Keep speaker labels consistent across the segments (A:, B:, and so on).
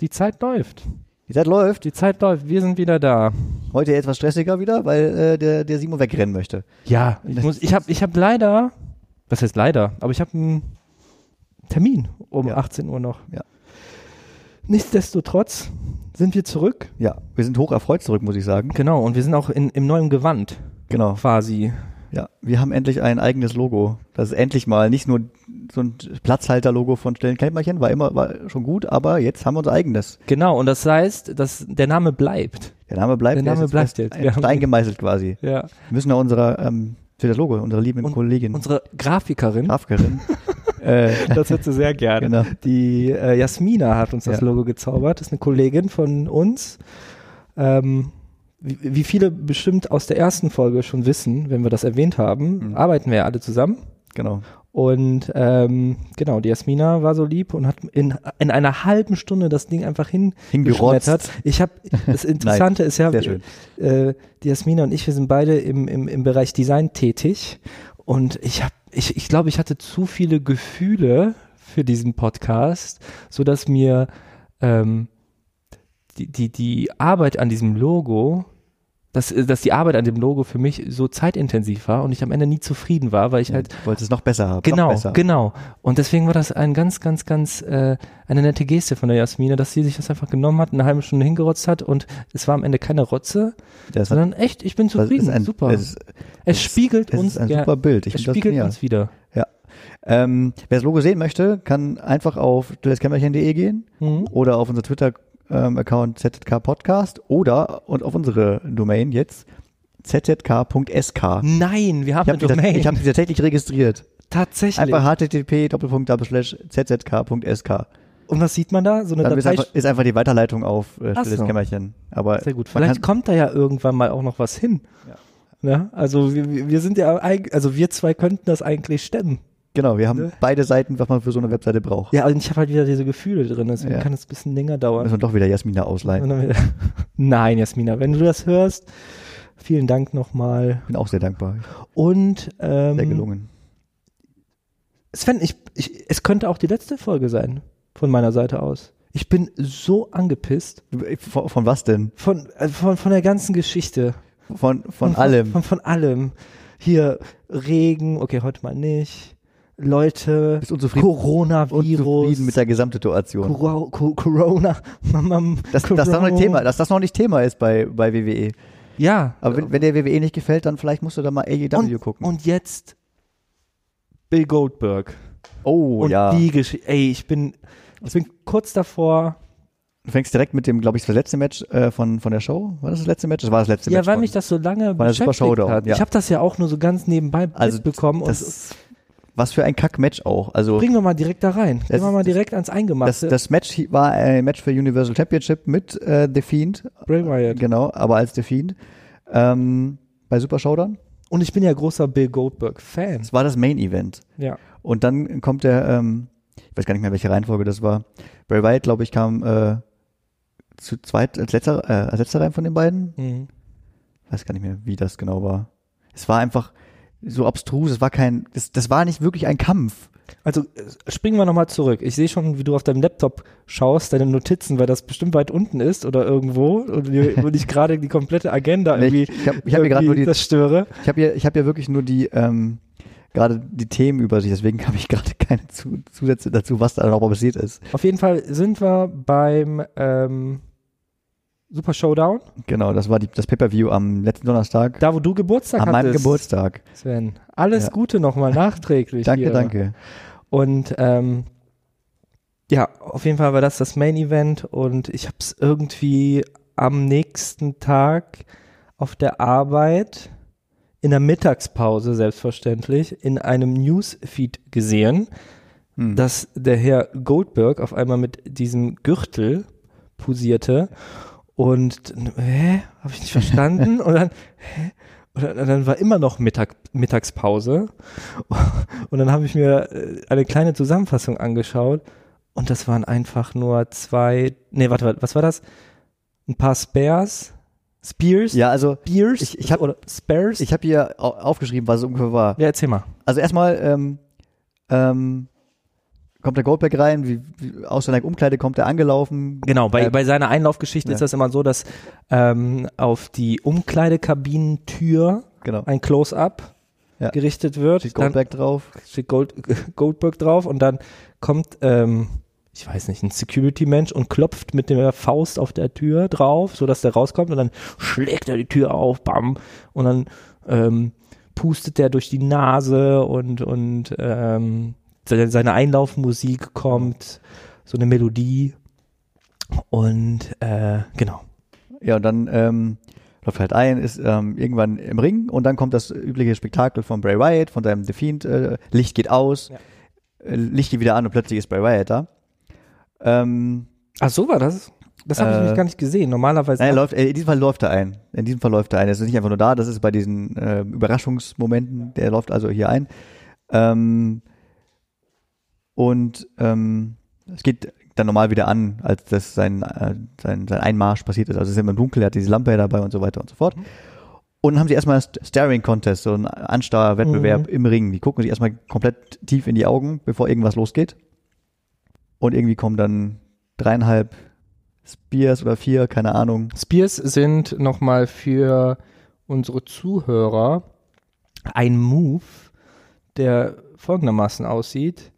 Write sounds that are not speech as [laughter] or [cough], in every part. A: Die Zeit läuft.
B: Die Zeit läuft.
A: Die Zeit läuft. Wir sind wieder da.
B: Heute etwas stressiger wieder, weil äh, der, der Simon wegrennen möchte.
A: Ja, ich muss. Ich habe ich hab leider. Was heißt leider? Aber ich habe einen Termin um
B: Ja.
A: 18 Uhr noch.
B: Ja.
A: Nichtsdestotrotz sind wir zurück.
B: Ja, wir sind hoch erfreut zurück, muss ich sagen.
A: Genau, und wir sind auch in, im neuen Gewand
B: Genau.
A: quasi.
B: Ja, wir haben endlich ein eigenes Logo. Das ist endlich mal nicht nur so ein Platzhalter-Logo von Stellen Kleinmärchen, war immer war schon gut, aber jetzt haben wir unser eigenes.
A: Genau, und das heißt, dass der Name bleibt.
B: Der Name bleibt,
A: Der Name
B: ist
A: bleibt
B: fest
A: jetzt.
B: ein
A: Wir haben-
B: Stein gemeißelt quasi.
A: Ja.
B: Wir müssen ja unserer, ähm, für das Logo, unserer lieben
A: Und-
B: Kollegin, [laughs]
A: Unsere Grafikerin,
B: Grafikerin, äh,
A: das hört sie sehr gerne.
B: genau.
A: Die äh, Jasmina hat uns das
B: Ja.
A: Logo gezaubert, ist eine Kollegin von uns. Ähm, wie, wie viele bestimmt aus der ersten Folge schon wissen, wenn wir das erwähnt haben,
B: Mhm.
A: arbeiten wir ja alle zusammen.
B: genau.
A: Und ähm, genau, die Jasmina war so lieb und hat in, in einer halben Stunde das Ding einfach
B: Hingerotzt.
A: hingeschmettert. Ich habe
B: [laughs]
A: das Interessante ist ja,
B: sehr schön.
A: Äh, die Jasmina und ich, wir sind beide im, im, im Bereich Design tätig und ich habe, ich, ich glaube, ich hatte zu viele Gefühle für diesen Podcast, so dass mir ähm, die, die, die Arbeit an diesem Logo dass, dass die Arbeit an dem Logo für mich so zeitintensiv war und ich am Ende nie zufrieden war, weil ich halt
B: Ich wollte es noch besser haben. noch
A: Genau,
B: besser.
A: genau. Und deswegen war das ein ganz, ganz, ganz äh, eine nette Geste von der Jasmine, dass sie sich das einfach genommen hat, eine halbe Stunde hingerotzt hat und es war am Ende keine Rotze,
B: Das hat-
A: sondern echt, ich bin
B: das
A: zufrieden.
B: ist ein,
A: super.
B: Es,
A: Es,
B: ist-
A: spiegelt
B: es
A: uns,
B: ist ein
A: ja,
B: super Bild. Ich
A: es
B: finde das
A: spiegelt
B: genial.
A: uns wieder.
B: Ähm, wer das Logo sehen möchte, kann einfach auf stilleskämmerchen.de gehen
A: Mhm.
B: oder auf unser ähm, Twitter-Account ZZK Podcast oder und auf unsere Domain jetzt zzk.sk.
A: Nein, wir haben
B: Ich habe
A: eine Domain.
B: die, ich hab die tatsächlich registriert.
A: Tatsächlich.
B: Einfach http zzk.sk.
A: und was sieht man da? So eine
B: Dann ist
A: Datei.
B: einfach, ist einfach die Weiterleitung auf äh,
A: Ach
B: Stilles
A: so.
B: Kämmerchen. Aber
A: Sehr gut.
B: man
A: Vielleicht
B: kann,
A: kommt da ja irgendwann mal auch noch was hin.
B: Ja.
A: Ne? also wir- wir, wir sind ja eig- also wir zwei könnten das eigentlich stemmen.
B: genau, wir haben
A: Ne?
B: beide Seiten, was man für so eine Webseite braucht.
A: Ja, und ich habe halt wieder diese Gefühle drin, deswegen
B: Ja.
A: kann es ein bisschen länger dauern.
B: Müssen wir doch wieder Jasmina
A: Und
B: ausleihen.
A: dann wieder- [laughs] Nein, Jasmina, wenn du das hörst, vielen Dank nochmal.
B: Bin auch sehr dankbar.
A: Und ähm,
B: Sehr gelungen.
A: Sven, ich, ich, es könnte auch die letzte Folge sein von meiner Seite aus. Ich bin so angepisst
B: Von, von was denn?
A: von, äh, von, von der ganzen Geschichte.
B: Von, von allem.
A: Von, von allem. Hier Regen, okay, heute mal nicht. Leute,
B: Bist unzufrieden,
A: Coronavirus,
B: unzufrieden mit der Gesamtsituation.
A: Coro- Co- Corona. [laughs] Mama,
B: Dass das, noch nicht Thema, dass das noch nicht Thema ist bei, bei WWE.
A: Ja.
B: Aber wenn, wenn der WWE nicht gefällt, dann vielleicht musst du da mal AEW
A: und,
B: gucken.
A: und jetzt Bill Goldberg.
B: oh
A: und
B: ja.
A: die Geschichte. Ey, ich bin, ich bin kurz davor.
B: Du fängst direkt mit dem, glaube ich, das letzte Match äh, von, von der Show. War das das letzte Match? Das war das letzte
A: Ja,
B: Match.
A: weil
B: von-
A: mich das so lange
B: War das Super
A: beschäftigt
B: Showdown,
A: hat.
B: ja.
A: Ich habe das ja auch nur so ganz nebenbei
B: Also,
A: mitbekommen. und
B: das, was für ein Kack-Match auch. Also
A: bringen wir mal direkt da rein. Gehen
B: Das-
A: wir mal direkt ans
B: das,
A: Eingemachte.
B: das Match hi- war ein Match für Universal Championship mit äh, The Fiend.
A: Bray Wyatt.
B: Genau, aber als The Fiend. Ähm, bei Super Showdown.
A: Und ich bin ja großer Bill Goldberg-Fan.
B: Das war das Main Event.
A: Ja.
B: Und dann kommt der, ähm, ich weiß gar nicht mehr, welche Reihenfolge das war. Bray Wyatt, glaube ich, kam äh, zu zweit, als letzter, äh, als letzter rein von den beiden.
A: Mhm.
B: Weiß gar nicht mehr, wie das genau war. Es war einfach so abstrus, es war kein, das, das war nicht wirklich ein Kampf.
A: Also äh, springen wir nochmal zurück. Ich sehe schon, wie du auf deinem Laptop schaust, deine Notizen, weil das bestimmt weit unten ist oder irgendwo und wir- [laughs] und ich gerade die komplette Agenda
B: Nee,
A: irgendwie,
B: ich ich habe ich hab hier gerade nur
A: irgendwie
B: die,
A: zerstöre.
B: ich habe hier, ich hab hier wirklich nur die, ähm, gerade die Themen über sich, deswegen habe ich gerade [laughs] keine zu, Zusätze dazu, was da nochmal passiert ist.
A: Auf jeden Fall sind wir beim ähm, Super Showdown,
B: Genau, das war die, das Pay-Per-View am letzten Donnerstag,
A: da wo du Geburtstag
B: an
A: hattest.
B: meinem Geburtstag.
A: Sven, alles
B: Ja.
A: Gute nochmal nachträglich.
B: Danke,
A: hier.
B: danke.
A: Und ähm, ja, auf jeden Fall war das das Main Event und ich habe es irgendwie am nächsten Tag auf der Arbeit in der Mittagspause selbstverständlich in einem Newsfeed gesehen,
B: Hm.
A: dass der Herr Goldberg auf einmal mit diesem Gürtel posierte und hä, habe ich nicht verstanden und dann hä? und dann, und dann war immer noch Mittag, Mittagspause und dann habe ich mir äh, eine kleine Zusammenfassung angeschaut und das waren einfach nur zwei, nee, warte, warte was war das? Ein paar Spares, Spears,
B: Ja, also
A: Spears,
B: Ich- ich hab-
A: oder Spares.
B: ich habe hier au- aufgeschrieben, was es ungefähr war.
A: ja, erzähl mal.
B: Also erstmal, Also ähm, ähm, kommt der Goldberg rein, wie, wie, aus seiner Umkleide kommt er angelaufen.
A: Genau, bei,
B: Äh,
A: bei seiner Einlaufgeschichte
B: ja.
A: ist das immer so, dass ähm, auf die Umkleidekabinentür
B: Genau.
A: ein Close-Up
B: Ja.
A: gerichtet wird.
B: Steht
A: dann
B: Goldberg drauf.
A: steht Gold, [laughs] Goldberg drauf und dann kommt, ähm, ich weiß nicht, ein Security-Mensch und klopft mit der Faust auf der Tür drauf, sodass der rauskommt und dann schlägt er die Tür auf, bam, und dann ähm, pustet der durch die Nase und, und ähm, se- seine Einlaufmusik kommt, so eine Melodie und äh, genau.
B: Ja, und dann ähm, läuft halt ein, ist ähm, irgendwann im Ring und dann kommt das übliche Spektakel von Bray Wyatt, von seinem The Fiend. Äh, Licht geht aus,
A: Ja.
B: äh, Licht geht wieder an und plötzlich ist Bray Wyatt da. Ähm,
A: Ach, so war das? Das habe ich
B: Äh,
A: nämlich gar nicht gesehen. Normalerweise
B: nein, er läuft, äh, in diesem Fall läuft er ein. In diesem Fall läuft er ein. Er ist nicht einfach nur da, das ist bei diesen äh, Überraschungsmomenten, der läuft also hier ein. Ähm, und ähm, es geht dann normal wieder an, als das sein, äh, sein, sein Einmarsch passiert ist. Also es ist immer im Dunkeln, er hat diese Lampe ja dabei und so weiter und so fort. Und dann haben sie erstmal St- Staring Contest, so ein Anstarwettbewerb
A: Mhm.
B: im Ring. Die gucken sich erstmal komplett tief in die Augen, bevor irgendwas losgeht. Und irgendwie kommen dann dreieinhalb Spears oder vier, keine Ahnung.
A: Spears sind nochmal für unsere Zuhörer ein Move, der folgendermaßen aussieht.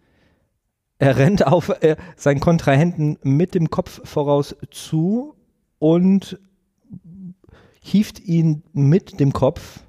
A: Er rennt auf äh, seinen Kontrahenten mit dem Kopf voraus zu und hieft ihn mit dem Kopf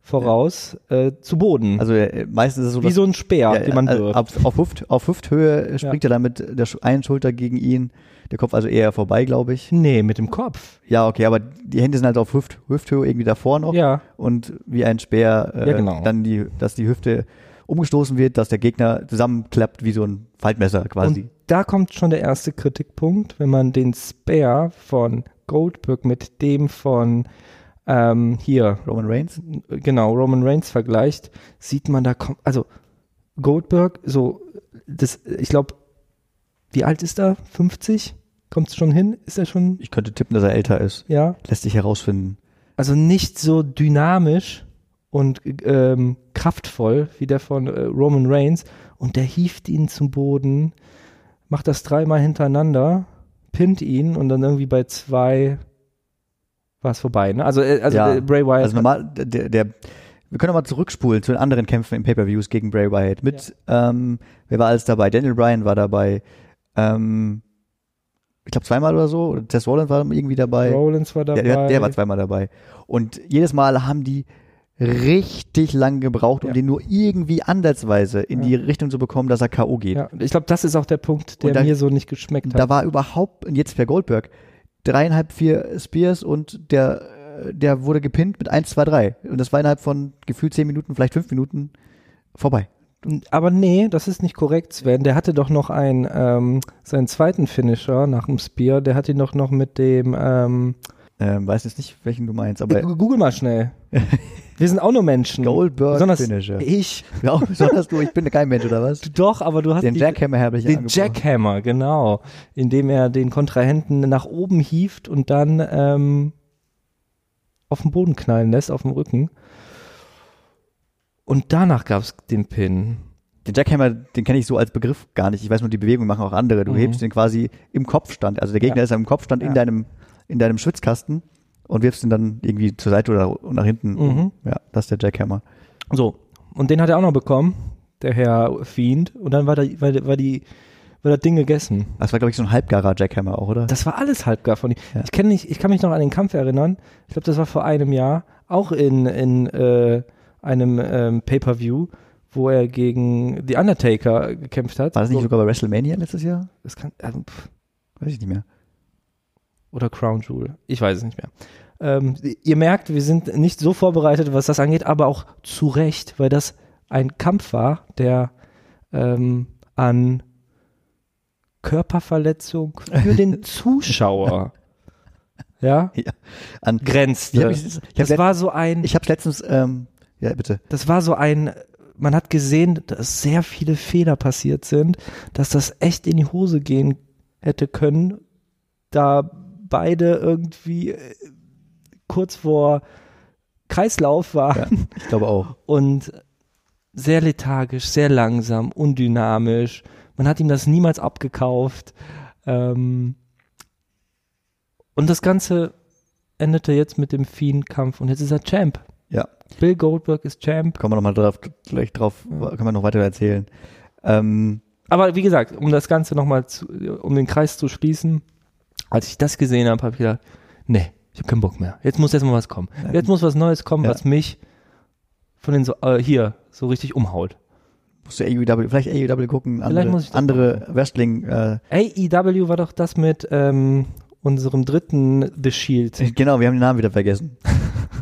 A: voraus äh, zu Boden.
B: Also äh, meistens ist es so,
A: wie so ein Speer,
B: ja,
A: den man
B: äh,
A: wirft.
B: Auf, auf, Hüft, auf Hüfthöhe springt er dann mit der Sch- einen Schulter gegen ihn. Der Kopf also eher vorbei, glaube ich.
A: nee, mit dem Kopf.
B: Ja, okay, aber die Hände sind halt auf Hüft, Hüfthöhe irgendwie davor noch.
A: Ja.
B: Und wie ein Speer, äh,
A: Ja, genau.
B: dann die, dass die Hüfte umgestoßen wird, dass der Gegner zusammenklappt wie so ein Faltmesser quasi.
A: Und da kommt schon der erste Kritikpunkt, wenn man den Spare von Goldberg mit dem von ähm, hier,
B: Roman Reigns?
A: genau, Roman Reigns vergleicht, sieht man da, kom- also Goldberg, so, das, ich glaube, wie alt ist er? 50? Kommt es schon hin? Ist er schon,
B: Ich könnte tippen, dass er älter ist.
A: ja?
B: Lässt sich herausfinden.
A: Also nicht so dynamisch und ähm, kraftvoll wie der von äh, Roman Reigns. Und der hieft ihn zum Boden, macht das dreimal hintereinander, pinnt ihn und dann irgendwie bei zwei war es vorbei. Ne? Also, äh, also
B: Ja,
A: äh, Bray Wyatt.
B: Also normal, der, der, wir können aber zurückspulen zu den anderen Kämpfen in Pay-Per-Views gegen Bray Wyatt. Mit, ähm, wer war alles dabei? Daniel Bryan war dabei. Ähm, ich glaube zweimal oder so. Oder Tess Rollins war irgendwie dabei.
A: Rollins war dabei.
B: Der, der, der war zweimal dabei. Und jedes Mal haben die richtig lang gebraucht, um
A: Ja.
B: den nur irgendwie andersweise in
A: Ja.
B: die Richtung zu bekommen, dass er K.O. geht.
A: ja, ich glaube, das ist auch der Punkt, der
B: Und da-
A: mir so nicht geschmeckt hat.
B: Da war überhaupt, und jetzt per Goldberg, dreieinhalb, vier Spears und der, äh, der wurde gepinnt mit 1, 2, 3. Und das war innerhalb von gefühlt zehn Minuten, vielleicht fünf Minuten vorbei.
A: Aber nee, das ist nicht korrekt, Sven. Der hatte doch noch einen, ähm, seinen zweiten Finisher nach dem Spear, der hat ihn doch noch mit dem, ähm,
B: Ähm, weiß jetzt nicht, welchen du meinst, aber
A: Gu- Google mal schnell. Wir sind auch nur Menschen.
B: [laughs] Goldberg
A: Besonders
B: Finisher.
A: ich.
B: ja, auch besonders [laughs] du, ich bin kein Mensch, oder was?
A: Du Doch, aber du hast
B: Den
A: die-
B: Jackhammer habe ich
A: den
B: angebracht.
A: Jackhammer, genau. Indem er den Kontrahenten nach oben hieft und dann ähm, auf den Boden knallen lässt, auf dem Rücken. Und danach gab es den Pin.
B: Den Jackhammer, den kenne ich so als Begriff gar nicht. Ich weiß nur, die Bewegung machen auch andere. Du
A: Mhm.
B: hebst den quasi im Kopfstand. Also der Gegner
A: Ja.
B: ist im Kopfstand
A: Ja.
B: in deinem, in deinem Schwitzkasten und wirfst ihn dann irgendwie zur Seite oder nach hinten.
A: Mhm.
B: Ja, das ist der Jackhammer.
A: So, und den hat er auch noch bekommen, der Herr Fiend. Und dann war, da, war, war, die, war das Ding gegessen.
B: Das war, glaube ich, so ein halbgarer Jackhammer auch, oder?
A: Das war alles halbgar von ihm.
B: Ja.
A: Ich, kenn nicht, ich kann mich noch an den Kampf erinnern. Ich glaube, das war vor einem Jahr, auch in, in äh, einem ähm, Pay-Per-View, wo er gegen The Undertaker gekämpft hat.
B: War das nicht
A: so,
B: sogar bei WrestleMania letztes Jahr?
A: das kann, ähm, pff,
B: Weiß ich nicht mehr.
A: oder Crown Jewel. Ich weiß es nicht mehr. Ähm, ihr merkt, wir sind nicht so vorbereitet, was das angeht, aber auch zu Recht, weil das ein Kampf war, der ähm, an Körperverletzung für den
B: [laughs]
A: Zuschauer ja,
B: An,
A: grenzte.
B: ich habe ich hab
A: Das
B: let,
A: war so ein,
B: ich hab's letztens, ähm, ja, bitte.
A: das war so ein, man hat gesehen, dass sehr viele Fehler passiert sind, dass das echt in die Hose gehen hätte können, da beide irgendwie äh, kurz vor Kreislauf waren
B: Ich glaube auch.
A: und sehr lethargisch, sehr langsam, undynamisch, Man hat ihm das niemals abgekauft. Ähm, und das Ganze endete jetzt mit dem Fiend-Kampf und jetzt ist er Champ.
B: Ja.
A: Bill Goldberg ist Champ.
B: Kommen wir nochmal drauf, gleich drauf, können wir noch weiter erzählen. Ähm,
A: Aber wie gesagt, um das Ganze nochmal, um den Kreis zu schließen, als ich das gesehen habe, habe ich gedacht, nee, ich habe keinen Bock mehr. Jetzt muss erstmal was kommen. Jetzt muss was Neues kommen,
B: Ja.
A: was mich von den so, äh, hier so richtig umhaut.
B: musst du AEW, vielleicht AEW gucken, andere,
A: muss ich das
B: andere Wrestling, äh,
A: AEW E war doch das mit ähm, unserem dritten The Shield.
B: genau, wir haben den Namen wieder vergessen. [laughs]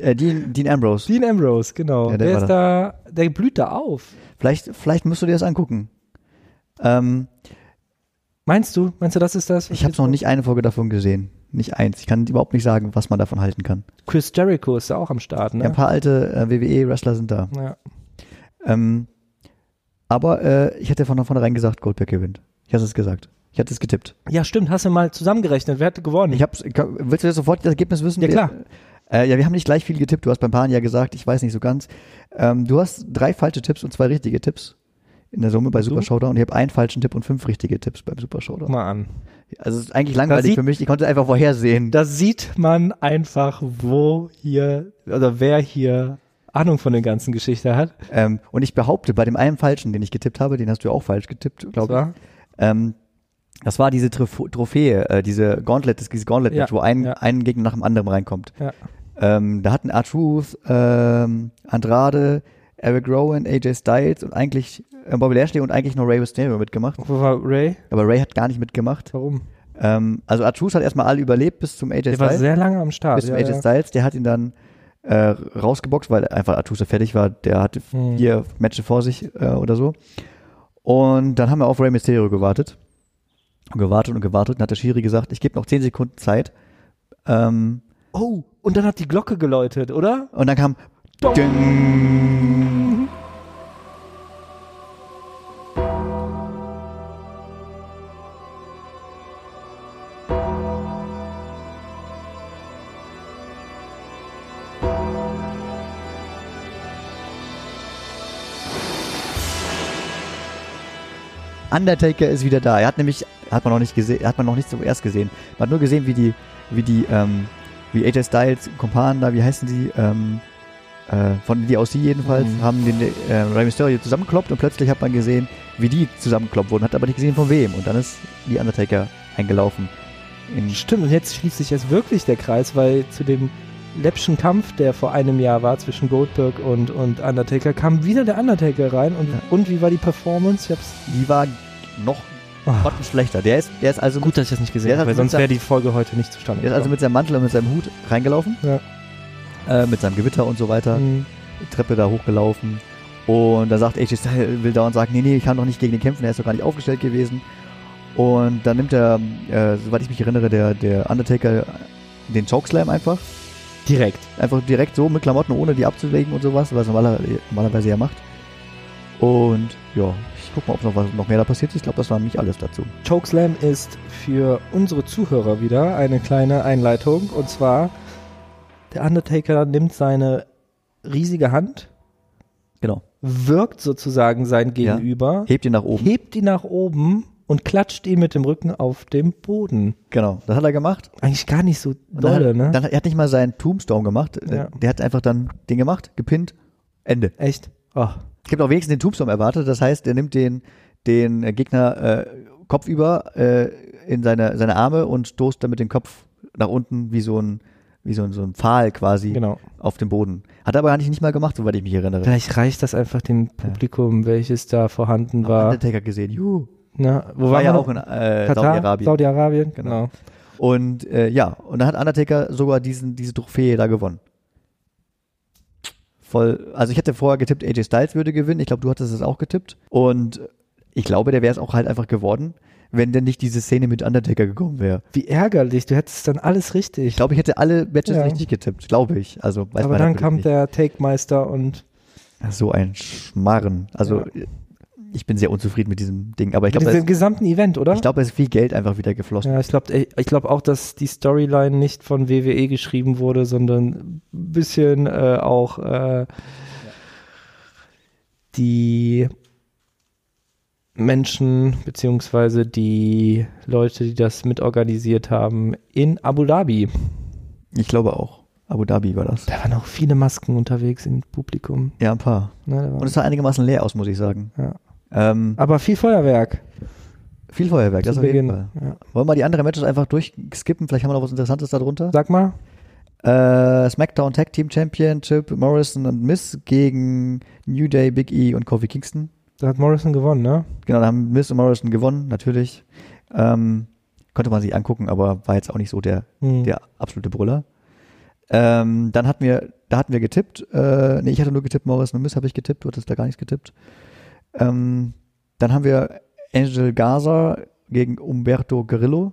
B: äh, Dean, Dean Ambrose.
A: Dean Ambrose, genau. der
B: Ja, der war
A: ist da, der blüht da auf.
B: Vielleicht, vielleicht musst du dir das angucken. Ähm,
A: Meinst du? Meinst du, das ist das?
B: ich habe noch nicht eine Folge davon gesehen. Nicht eins. Ich kann überhaupt nicht sagen, was man davon halten kann.
A: Chris Jericho ist da auch am Start,
B: Ja, ein
A: ne?
B: paar alte äh, WWE-Wrestler sind da.
A: Ja.
B: Ähm, aber äh, ich hätte von vornherein gesagt, Goldberg gewinnt. Ich hatte es gesagt. Ich hatte es getippt.
A: ja, stimmt. Hast du mal zusammengerechnet? Wer hätte gewonnen?
B: Ich hab's, kann- willst du jetzt sofort das Ergebnis wissen?
A: Hm. Ja, klar.
B: Wir, äh, ja, wir haben nicht gleich viel getippt. Du hast beim Pan ja gesagt, ich weiß nicht so ganz. Ähm, du hast drei falsche Tipps und zwei richtige Tipps in der Summe bei Super Showdown. Und ich habe einen falschen Tipp und fünf richtige Tipps beim Super
A: Guck
B: Showdown.
A: mal an.
B: Also es ist eigentlich langweilig
A: sieht-
B: für mich. Ich konnte es einfach vorhersehen.
A: Da sieht man einfach, wo hier oder wer hier Ahnung von der ganzen Geschichte hat.
B: Ähm, und ich behaupte, bei dem einen falschen, den ich getippt habe, den hast du ja auch falsch getippt, glaube ich.
A: Zwar-
B: Ähm, das war diese Trif Trophäe, äh, diese Gauntlet, das, dieses Gauntlet,
A: Ja,
B: wo ein,
A: ja.
B: ein Gegner nach dem anderen reinkommt.
A: Ja.
B: Ähm, da hatten R-Truth, ähm, Andrade, Eric Rowan, AJ Styles und eigentlich äh, Bobby Lashley und eigentlich nur Ray Mysterio mitgemacht.
A: Wo war Ray?
B: Aber Ray hat gar nicht mitgemacht.
A: Warum?
B: Ähm, also R-Truth hat erstmal alle überlebt bis zum AJ
A: Der war
B: Styles.
A: sehr lange am Start.
B: Bis zum
A: Ja,
B: AJ
A: ja.
B: Styles. Der hat ihn dann äh, rausgeboxt, weil einfach Artusa fertig war. Der hatte
A: Hm.
B: vier Matches vor sich äh, oder so. Und dann haben wir auf Rey Mysterio gewartet. Und gewartet und gewartet. Und hat der Schiri gesagt, ich gebe noch 10 Sekunden Zeit. Ähm,
A: Oh, und dann hat die Glocke geläutet, oder?
B: und dann kam Ding. Undertaker ist wieder da. Er hat nämlich, hat man noch nicht gesehen, hat man noch nicht zuerst gesehen. Man hat nur gesehen, wie die, wie die, ähm, wie AJ Styles, Kumpan da, wie heißen die, ähm, äh, von die aus sie jedenfalls,
A: Mhm.
B: haben den äh, Rey Mysterio zusammengekloppt und plötzlich hat man gesehen, wie die zusammengekloppt wurden, hat aber nicht gesehen von wem. Und dann ist die Undertaker eingelaufen. In,
A: Stimmt, und jetzt schließt sich jetzt wirklich der Kreis, weil zu dem läppschen Kampf, der vor einem Jahr war zwischen Goldberg und, und Undertaker, kam wieder der Undertaker rein. Und,
B: Ja.
A: und wie war die Performance? Ich hab's
B: die war noch
A: oh,
B: grottenschlechter. Der ist, der ist also
A: gut, dass ich das nicht gesehen
B: Der hat
A: habe, weil
B: mit
A: sonst
B: der-
A: wäre die Folge heute nicht zustande
B: Der ist also mit seinem Mantel und mit seinem Hut reingelaufen.
A: Ja.
B: Äh, mit seinem Gewitter und so weiter.
A: Mhm.
B: Treppe da hochgelaufen. Und da sagt AJ Styles, will dauernd sagen, nee, nee, ich kann doch nicht gegen den kämpfen, er ist doch gar nicht aufgestellt gewesen. Und dann nimmt er, äh, soweit ich mich erinnere, der, der Undertaker den Chokeslam einfach.
A: Direkt.
B: Einfach direkt so mit Klamotten, ohne die abzulegen und sowas, was er normaler, normalerweise ja macht. Und ja, ich guck mal, ob noch, was, noch mehr da passiert ist. Ich glaube, das war nicht alles dazu.
A: Chokeslam ist für unsere Zuhörer wieder eine kleine Einleitung. Und zwar, der Undertaker nimmt seine riesige Hand,
B: Genau.
A: wirkt sozusagen sein
B: Ja.
A: Gegenüber,
B: Hebt ihn nach oben.
A: hebt ihn nach oben und klatscht ihn mit dem Rücken auf dem Boden.
B: Genau, das hat er gemacht.
A: Eigentlich gar nicht so
B: Und dann
A: dolle,
B: hat,
A: ne?
B: Dann, hat- er hat nicht mal seinen Tombstorm gemacht.
A: Ja.
B: Der hat einfach dann den gemacht, gepinnt, Ende.
A: Echt? Oh.
B: Ich habe auch wenigstens den Tombstorm erwartet. Das heißt, er nimmt den, den äh, Gegner äh, Kopf über äh, in seine, seine Arme und stoßt damit den Kopf nach unten wie so ein, wie so ein, so ein Pfahl quasi
A: Genau.
B: auf den Boden. Hat er aber eigentlich nicht mal gemacht, soweit ich mich erinnere.
A: Vielleicht reicht das einfach dem Publikum, welches da vorhanden war.
B: Undertaker gesehen. Juhu.
A: Na, wo
B: ne? War,
A: war
B: ja
A: man
B: auch
A: noch?
B: in äh,
A: Katar,
B: Saudi-Arabien.
A: Saudi-Arabien, genau.
B: Und äh, ja, und dann hat Undertaker sogar diesen, diese Trophäe da gewonnen. Voll, also ich hätte vorher getippt, AJ Styles würde gewinnen. Ich glaube, du hattest es auch getippt. Und ich glaube, der wäre es auch halt einfach geworden, wenn denn nicht diese Szene mit Undertaker gekommen wäre.
A: Wie ärgerlich, du hättest dann alles richtig.
B: Ich glaube, ich hätte alle Matches
A: Ja.
B: richtig getippt, glaube ich. Also weiß
A: Aber dann
B: man natürlich
A: kam
B: nicht.
A: der Take-Meister und
B: Ach, so ein Schmarren. Also ich bin sehr unzufrieden mit diesem Ding. Aber ich glaube,
A: mit
B: da
A: diesem
B: ist-
A: gesamten Event, oder?
B: ich glaube, es ist viel Geld einfach wieder geflossen.
A: ja, ich glaube ich glaub auch, dass die Storyline nicht von WWE geschrieben wurde, sondern ein bisschen äh, auch äh, die Menschen beziehungsweise die Leute, die das mitorganisiert haben, in Abu Dhabi.
B: Ich glaube auch. Abu Dhabi war das.
A: Da waren auch viele Masken unterwegs im Publikum.
B: Ja, ein paar.
A: Ne, da waren-
B: Und es sah einigermaßen leer aus, muss ich sagen.
A: Ja.
B: Ähm,
A: aber viel Feuerwerk.
B: viel Feuerwerk, das
A: zu
B: auf jeden Fall.
A: Beginn. Ja.
B: Wollen wir die anderen Matches einfach durchskippen? Vielleicht haben wir noch was Interessantes darunter.
A: Sag mal,
B: Äh, SmackDown Tag Team Championship Morrison und Miss gegen New Day, Big E und Kofi Kingston.
A: da hat Morrison gewonnen, ne?
B: Genau, da haben Miss und Morrison gewonnen, natürlich. Ähm, konnte man sich angucken, aber war jetzt auch nicht so der,
A: Hm.
B: der absolute Brüller. Ähm, dann hatten wir, da hatten wir getippt, äh, nee, ich hatte nur getippt, Morrison und Miss habe ich getippt, du hattest da gar nichts getippt. Ähm, dann haben wir Angel Gaza gegen Umberto Grillo.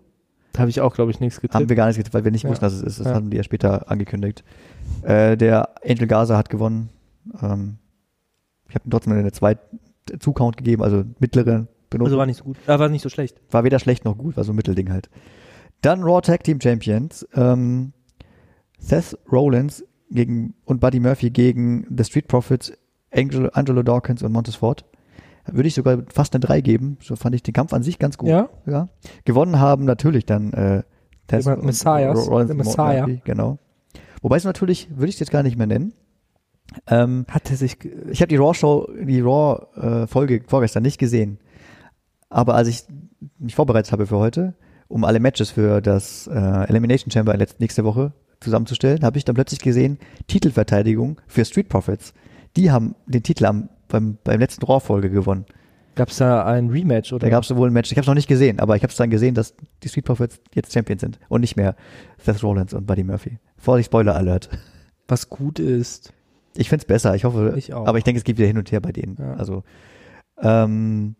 A: Da habe ich auch, glaube ich, nichts
B: Haben
A: getippt.
B: wir gar nichts getippt, weil wir nicht
A: Ja.
B: wussten, dass es ist. Das
A: Ja.
B: hatten die ja später angekündigt. Äh, der Angel Gaza hat gewonnen. Ähm, ich habe ihm trotzdem eine 2 Zucount gegeben, also mittlere Benotung.
A: Also war nicht so gut. Äh, war nicht so schlecht.
B: War weder schlecht noch gut, war so ein Mittelding halt. Dann Raw Tag Team Champions. Ähm, Seth Rollins gegen, und Buddy Murphy gegen The Street Profits, Angelo, Angelo Dawkins und Montes Ford. Da Würde ich sogar fast eine 3 geben. So fand ich den Kampf an sich ganz gut.
A: Ja?
B: Ja. Gewonnen haben natürlich dann äh, Tess
A: Jemand Messiahs,
B: Ro- Rollins
A: der
B: und
A: Messiah.
B: Murphy, Genau. Wobei es natürlich, würde ich es jetzt gar nicht mehr nennen. Ähm,
A: Hat er sich.
B: ich habe die Raw-Show, die Raw-Folge vorgestern nicht gesehen. Aber als ich mich vorbereitet habe für heute, um alle Matches für das äh, Elimination Chamber letz- nächste Woche zusammenzustellen, habe ich dann plötzlich gesehen, Titelverteidigung für Street Profits. Die haben den Titel am, beim, beim letzten Raw-Folge gewonnen.
A: Gab es da ein Rematch oder?
B: Da gab es wohl ein Match, ich habe es noch nicht gesehen, aber ich habe es dann gesehen, dass die Street Profits jetzt Champions sind und nicht mehr Seth Rollins und Buddy Murphy. Vorsicht, Spoiler-Alert.
A: was gut ist.
B: Ich find's besser, ich hoffe.
A: Ich auch.
B: Äh, Aber ich denke, es geht wieder hin und her bei denen.
A: Ja.
B: Also, ähm,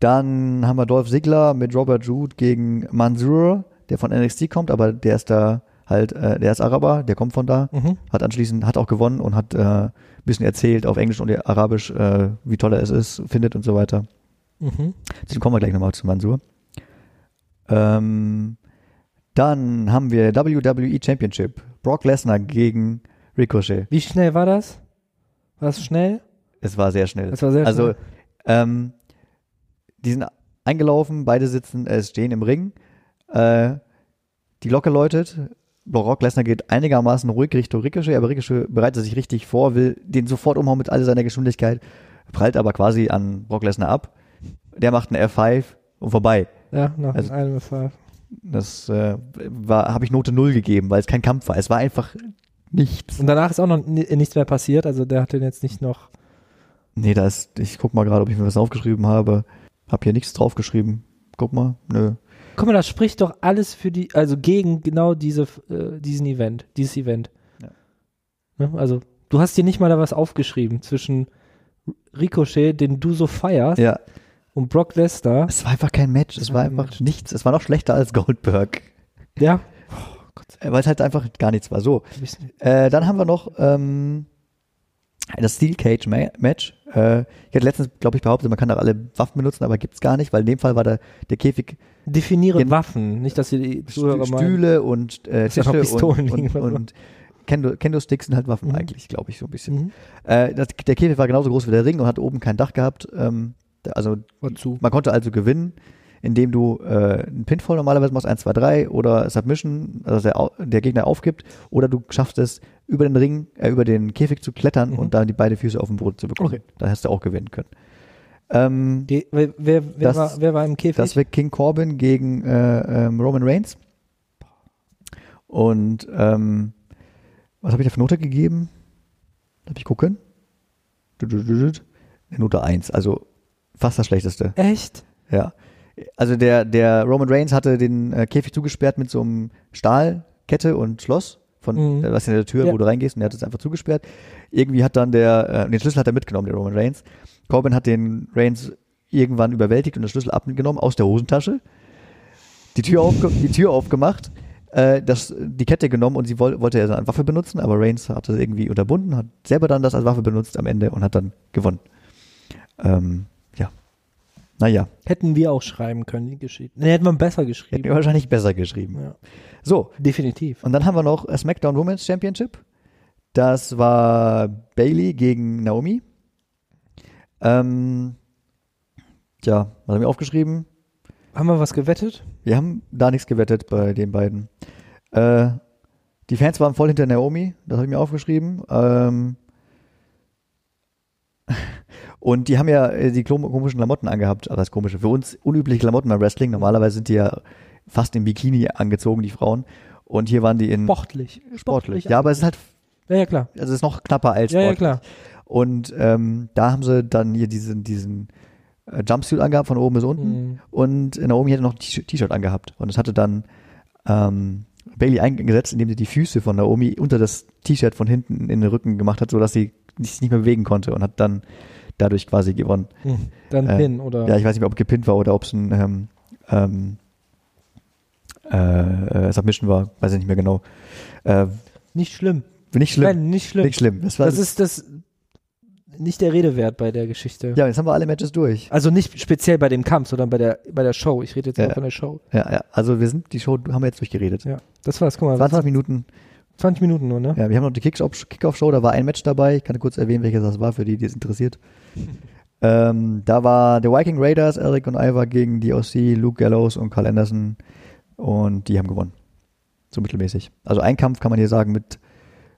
B: dann haben wir Dolph Ziggler mit Robert Jude gegen Mansur, der von NXT kommt, aber der ist da halt, äh, der ist Araber, der kommt von da,
A: Mhm.
B: hat anschließend, hat auch gewonnen und hat äh, ein bisschen erzählt auf Englisch und Arabisch, äh, wie toll er es ist, findet und so weiter.
A: Mhm.
B: Deswegen kommen wir gleich nochmal zu Mansur. Ähm, dann haben wir WWE Championship. Brock Lesnar gegen Ricochet.
A: Wie schnell war das? War das schnell?
B: Es war sehr schnell.
A: Das war sehr
B: also,
A: schnell.
B: ähm, die sind eingelaufen, beide sitzen, äh, stehen im Ring. Äh, die Glocke läutet. Brock Lesnar geht einigermaßen ruhig Richtung Ricochet, aber Ricochet bereitet sich richtig vor, will den sofort umhauen mit all seiner Geschwindigkeit, prallt aber quasi an Brock Lesnar ab. Der macht einen F5 und vorbei.
A: Ja, nach
B: Also-
A: einem Fall.
B: Das äh, war, habe ich Note 0 gegeben, weil es kein Kampf war. Es war einfach nichts.
A: Und danach ist auch noch ni- nichts mehr passiert. Also der hat den jetzt nicht noch.
B: Nee, da ist, ich guck mal gerade, ob ich mir was aufgeschrieben habe. Hab hier nichts draufgeschrieben. Guck mal, nö.
A: Guck mal, das spricht doch alles für die, also gegen genau diese, äh, diesen Event, dieses Event.
B: Ja.
A: Ne? Also du hast dir nicht mal da was aufgeschrieben zwischen Ricochet, den du so feierst,
B: Ja,
A: und Brock Lesnar.
B: es war einfach kein Match, es war
A: kein
B: einfach
A: Match.
B: nichts. Es war noch schlechter als Goldberg,
A: Ja.
B: Äh, weil es halt einfach gar nichts war. So, äh, dann haben wir noch ähm, das Steel Cage Ma Match. Äh, ich hatte letztens, glaube ich, behauptet, man kann da alle Waffen benutzen, aber gibt's gar nicht, weil in dem Fall war der, der Käfig
A: Definiere
B: Gen-
A: Waffen, nicht, dass ihr die Zuhörer
B: Stü-
A: meinen.
B: Stühle und äh,
A: Dass da
B: Tische
A: noch Pistolen
B: und,
A: liegen
B: und,
A: oder so.
B: und Kendo- Kendo-Sticks sind halt Waffen
A: Mhm.
B: eigentlich, glaube ich, so ein bisschen.
A: Mhm.
B: Äh, das, der Käfig war genauso groß wie der Ring und hat oben kein Dach gehabt. Ähm, da- also
A: Wozu?
B: man konnte also gewinnen, indem du äh, einen Pinfall normalerweise machst, 1, 2, 3 oder Submission, also der, au- der Gegner aufgibt, oder du schaffst es, über den Ring, äh, über den Käfig zu klettern
A: Mhm.
B: und dann die beiden Füße auf dem Boden zu bekommen.
A: Okay.
B: Dann hast du auch gewinnen können. Ähm,
A: Die, wer, wer, wer,
B: Das-
A: war, wer war im Käfig?
B: das wird King Corbin gegen äh, ähm, Roman Reigns. Und ähm, was habe ich da für Note gegeben? Darf ich gucken? Du, du, du, du. Eine Note 1, also fast das schlechteste.
A: Echt?
B: Ja. Also der, der Roman Reigns hatte den äh, Käfig zugesperrt mit so einem Stahlkette und Schloss von
A: Mhm.
B: äh, was in der Tür,
A: Ja.
B: wo du reingehst und der hat es einfach zugesperrt. Irgendwie hat dann der äh, den Schlüssel hat er mitgenommen, der Roman Reigns. Corbin hat den Reigns irgendwann überwältigt und den Schlüssel abgenommen aus der Hosentasche. Die Tür,
A: [laughs]
B: aufge die Tür aufgemacht, äh, das, die Kette genommen und sie woll wollte er dann als Waffe benutzen, aber Reigns hat das irgendwie unterbunden, hat selber dann das als Waffe benutzt am Ende und hat dann gewonnen. Ähm, ja. Naja.
A: Hätten wir auch schreiben können, die Geschichte. Nee, hätten wir besser
B: Hätten
A: geschrieben.
B: wir wahrscheinlich besser geschrieben.
A: Ja.
B: So,
A: Definitiv.
B: und dann haben wir noch äh, SmackDown Women's Championship. Das war Bailey gegen Naomi. Ähm, Tja, was haben wir aufgeschrieben?
A: Haben wir was gewettet?
B: Wir haben da nichts gewettet bei den beiden. Äh, die Fans waren voll hinter Naomi, das habe ich mir aufgeschrieben. Ähm, [laughs] und die haben ja äh, die klom- komischen Klamotten angehabt. Also das komische, für uns unübliche Klamotten beim Wrestling. Normalerweise sind die ja fast im Bikini angezogen, die Frauen. Und hier waren die in
A: Sportlich.
B: Hm. sportlich. Ja, aber es ist halt,
A: Ja, ja, klar.
B: also es ist noch knapper als
A: Ja, ja,
B: sportlich.
A: klar.
B: Und ähm, da haben sie dann hier diesen, diesen äh, Jumpsuit angehabt, von oben bis unten.
A: Mhm.
B: Und Naomi hätte noch ein T- T-Shirt angehabt. Und das hatte dann ähm, Bailey eingesetzt, indem sie die Füße von Naomi unter das T-Shirt von hinten in den Rücken gemacht hat, sodass sie sich nicht mehr bewegen konnte und hat dann dadurch quasi gewonnen.
A: Mhm. Dann
B: Äh,
A: Pin oder
B: Ja, ich weiß nicht mehr, ob gepinnt war oder ob es ein ähm, ähm, äh, äh, Submission war, weiß ich nicht mehr genau. Äh,
A: nicht schlimm.
B: nicht schlimm.
A: Nein, nicht schlimm.
B: Nicht schlimm. Das war
A: das ist das nicht der Rede wert bei der Geschichte.
B: ja, jetzt haben wir alle Matches durch.
A: Also nicht speziell bei dem Kampf, sondern bei der bei der Show. Ich rede jetzt
B: Ja.
A: nur von der Show.
B: Ja, ja, also wir sind, die Show haben wir jetzt durchgeredet.
A: Ja, das war's. Guck mal,
B: 20 Minuten.
A: 20 Minuten nur, ne?
B: Ja, wir haben noch die Kick-Off- Kickoff-Show, da war ein Match dabei. Ich kann kurz erwähnen, welches das war, für die, die es interessiert. ähm, da war der Viking Raiders, Eric und Ivar gegen die OC, Luke Gallows und Carl Anderson. Und die haben gewonnen. So mittelmäßig. Also ein Kampf kann man hier sagen mit,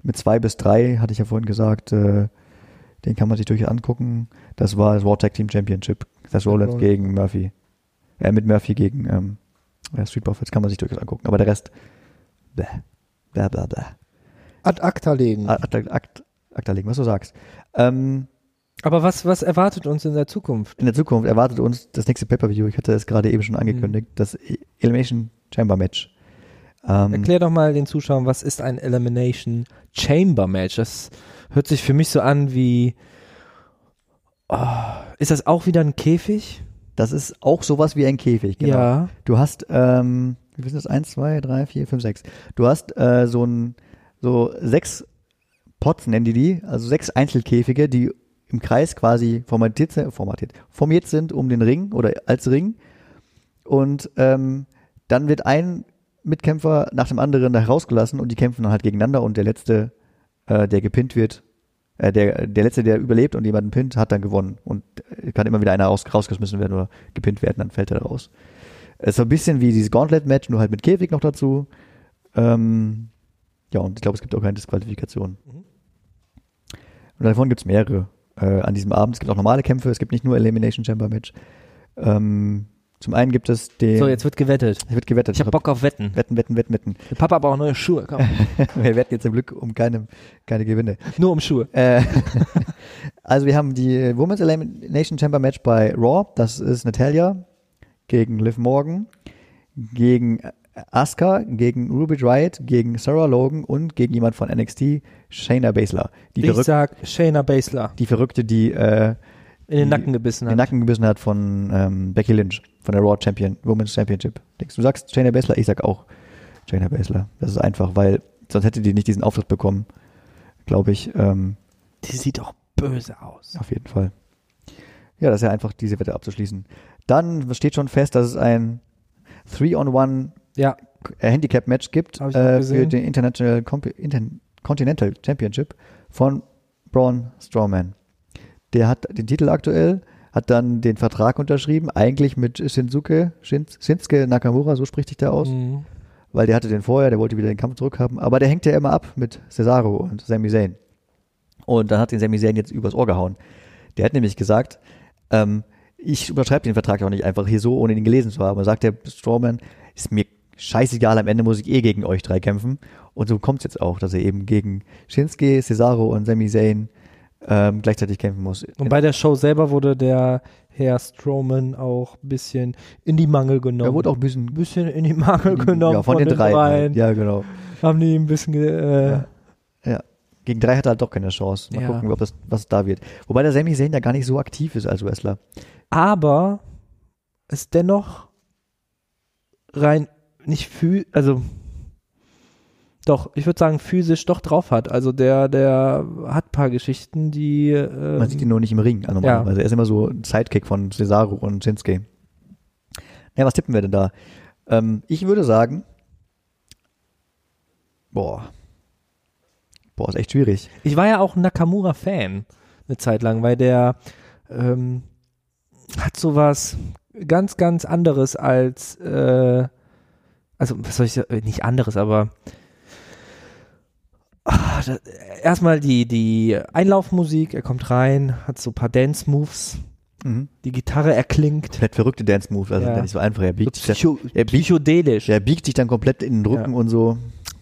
B: mit zwei bis drei, hatte ich ja vorhin gesagt. Äh, den kann man sich durchaus angucken. Das war das War Tag Team Championship. Das Rollins
A: Rollins.
B: gegen Murphy. Äh, mit Murphy gegen ähm, ja, Street Profits kann man sich durchaus angucken. Aber der Rest, bäh, bäh, bäh, bäh.
A: Ad acta legen.
B: Akt, Akt, Akta legen, was du sagst. Ähm,
A: Aber was, was erwartet uns in der Zukunft?
B: in der Zukunft erwartet uns das nächste Pay-Per-View. Ich hatte es gerade eben schon angekündigt, das E- Elimination Chamber Match. Ähm,
A: Mhm. Erklär doch mal den Zuschauern, was ist ein Elimination Chamber Match? Das hört sich für mich so an wie. Oh, ist das auch wieder ein Käfig?
B: das ist auch sowas wie ein Käfig, genau.
A: Ja.
B: Du hast, ähm, wir wissen das, eins, zwei, drei, vier, fünf, sechs. Du hast äh, so ein, so sechs Pots nennen die die, also sechs Einzelkäfige, die im Kreis quasi formatiert, sind- formatiert, formiert sind um den Ring oder als Ring. Und ähm, dann wird ein Mitkämpfer nach dem anderen da herausgelassen und die kämpfen dann halt gegeneinander und der letzte, äh, der gepinnt wird, äh, der, der letzte, der überlebt und jemanden pinnt, hat dann gewonnen und äh, kann immer wieder einer raus, rausgeschmissen werden oder gepinnt werden, dann fällt er raus. Es ist so ein bisschen wie dieses Gauntlet-Match, nur halt mit Käfig noch dazu. Ähm, ja, und ich glaube, es gibt auch keine Disqualifikation.
A: Mhm.
B: Und davon gibt es mehrere äh, an diesem Abend. Es gibt auch normale Kämpfe, es gibt nicht nur Elimination Chamber Match. Ähm, zum einen gibt es den.
A: So, jetzt wird gewettet.
B: Es wird gewettet.
A: Ich hab Bock auf Wetten.
B: Wetten, wetten, wetten, wetten. [laughs]
A: Der Papa aber auch neue Schuhe. Komm.
B: Wir wetten jetzt zum Glück um keine, keine Gewinne.
A: Nur um Schuhe.
B: Äh, [laughs] also wir haben die Women's Elimination Chamber Match bei Raw. Das ist Natalia gegen Liv Morgan, gegen Asuka, gegen Ruby Riot, gegen Sarah Logan und gegen jemand von NXT, Shayna Baszler. Die,
A: ich
B: Verrück
A: sag Shayna Baszler
B: die Verrückte, die äh,
A: in den
B: die-
A: Nacken gebissen
B: den
A: hat.
B: Nacken gebissen hat von ähm, Becky Lynch, von der Raw Champion, Women's Championship. Denkst Du du sagst Shayna Baszler, ich sag auch Shayna Baszler. Das ist einfach, weil sonst hätte die nicht diesen Auftritt bekommen, glaube ich. Ähm,
A: Die sieht doch böse aus.
B: Auf jeden Fall. Ja, das ist ja einfach, diese Wette abzuschließen. Dann steht schon fest, dass es ein 3-on-1
A: Ja,
B: Handicap-Match gibt
A: Hab ich auch
B: äh, für
A: gesehen.
B: den International Comp Inter Continental Championship von Braun Strowman. Der hat den Titel aktuell, hat dann den Vertrag unterschrieben, eigentlich mit Shinsuke, Shins Shinsuke Nakamura, so spricht sich der aus,
A: Mhm.
B: weil der hatte den vorher, der wollte wieder den Kampf zurückhaben, aber der hängt ja immer ab mit Cesaro und Sami Zayn. Und dann hat den Sami Zayn jetzt übers Ohr gehauen. Der hat nämlich gesagt, ähm, ich unterschreibe den Vertrag auch nicht einfach hier so, ohne ihn gelesen zu haben. Und sagt der Strawman, ist mir scheißegal, am Ende muss ich eh gegen euch drei kämpfen. Und so kommt es jetzt auch, dass er eben gegen Shinsuke, Cesaro und Sami Zayn ähm, gleichzeitig kämpfen muss.
A: Und bei der Show selber wurde der Herr Strowman auch ein bisschen in die Mangel genommen.
B: er wurde auch ein bisschen
A: ein bisschen in die Mangel genommen.
B: ja, von, den, dreien. halt. Ja, genau.
A: Haben die ein bisschen. ge- Äh,
B: Ja. Gegen drei hat er halt doch keine Chance. Mal
A: Ja.
B: gucken, ob das, was da wird. Wobei der Sami Zayn ja gar nicht so aktiv ist als Wrestler.
A: Aber es dennoch rein nicht physisch, also doch, ich würde sagen, physisch doch drauf hat. Also der, der hat ein paar Geschichten, die. Ähm,
B: Man sieht ihn nur nicht im Ring also normalerweise. Er ist immer so ein Sidekick von Cesaro und Shinsuke. Ja, was tippen wir denn da? Ähm, ich würde sagen, boah, boah, ist echt schwierig.
A: Ich war ja auch ein Nakamura-Fan eine Zeit lang, weil der ähm, hat sowas ganz, ganz anderes als, äh, also was soll ich sagen, nicht anderes, aber ah, da- erstmal die, die Einlaufmusik, er kommt rein, hat so ein paar Dance-Moves,
B: Mhm.
A: die Gitarre erklingt.
B: Komplett verrückte Dance Moves, also
A: Ja.
B: ja. nicht so einfach. Er biegt, sich,
A: Psycho,
B: er biegt-
A: psychodelisch.
B: er biegt sich dann komplett in den Rücken und so.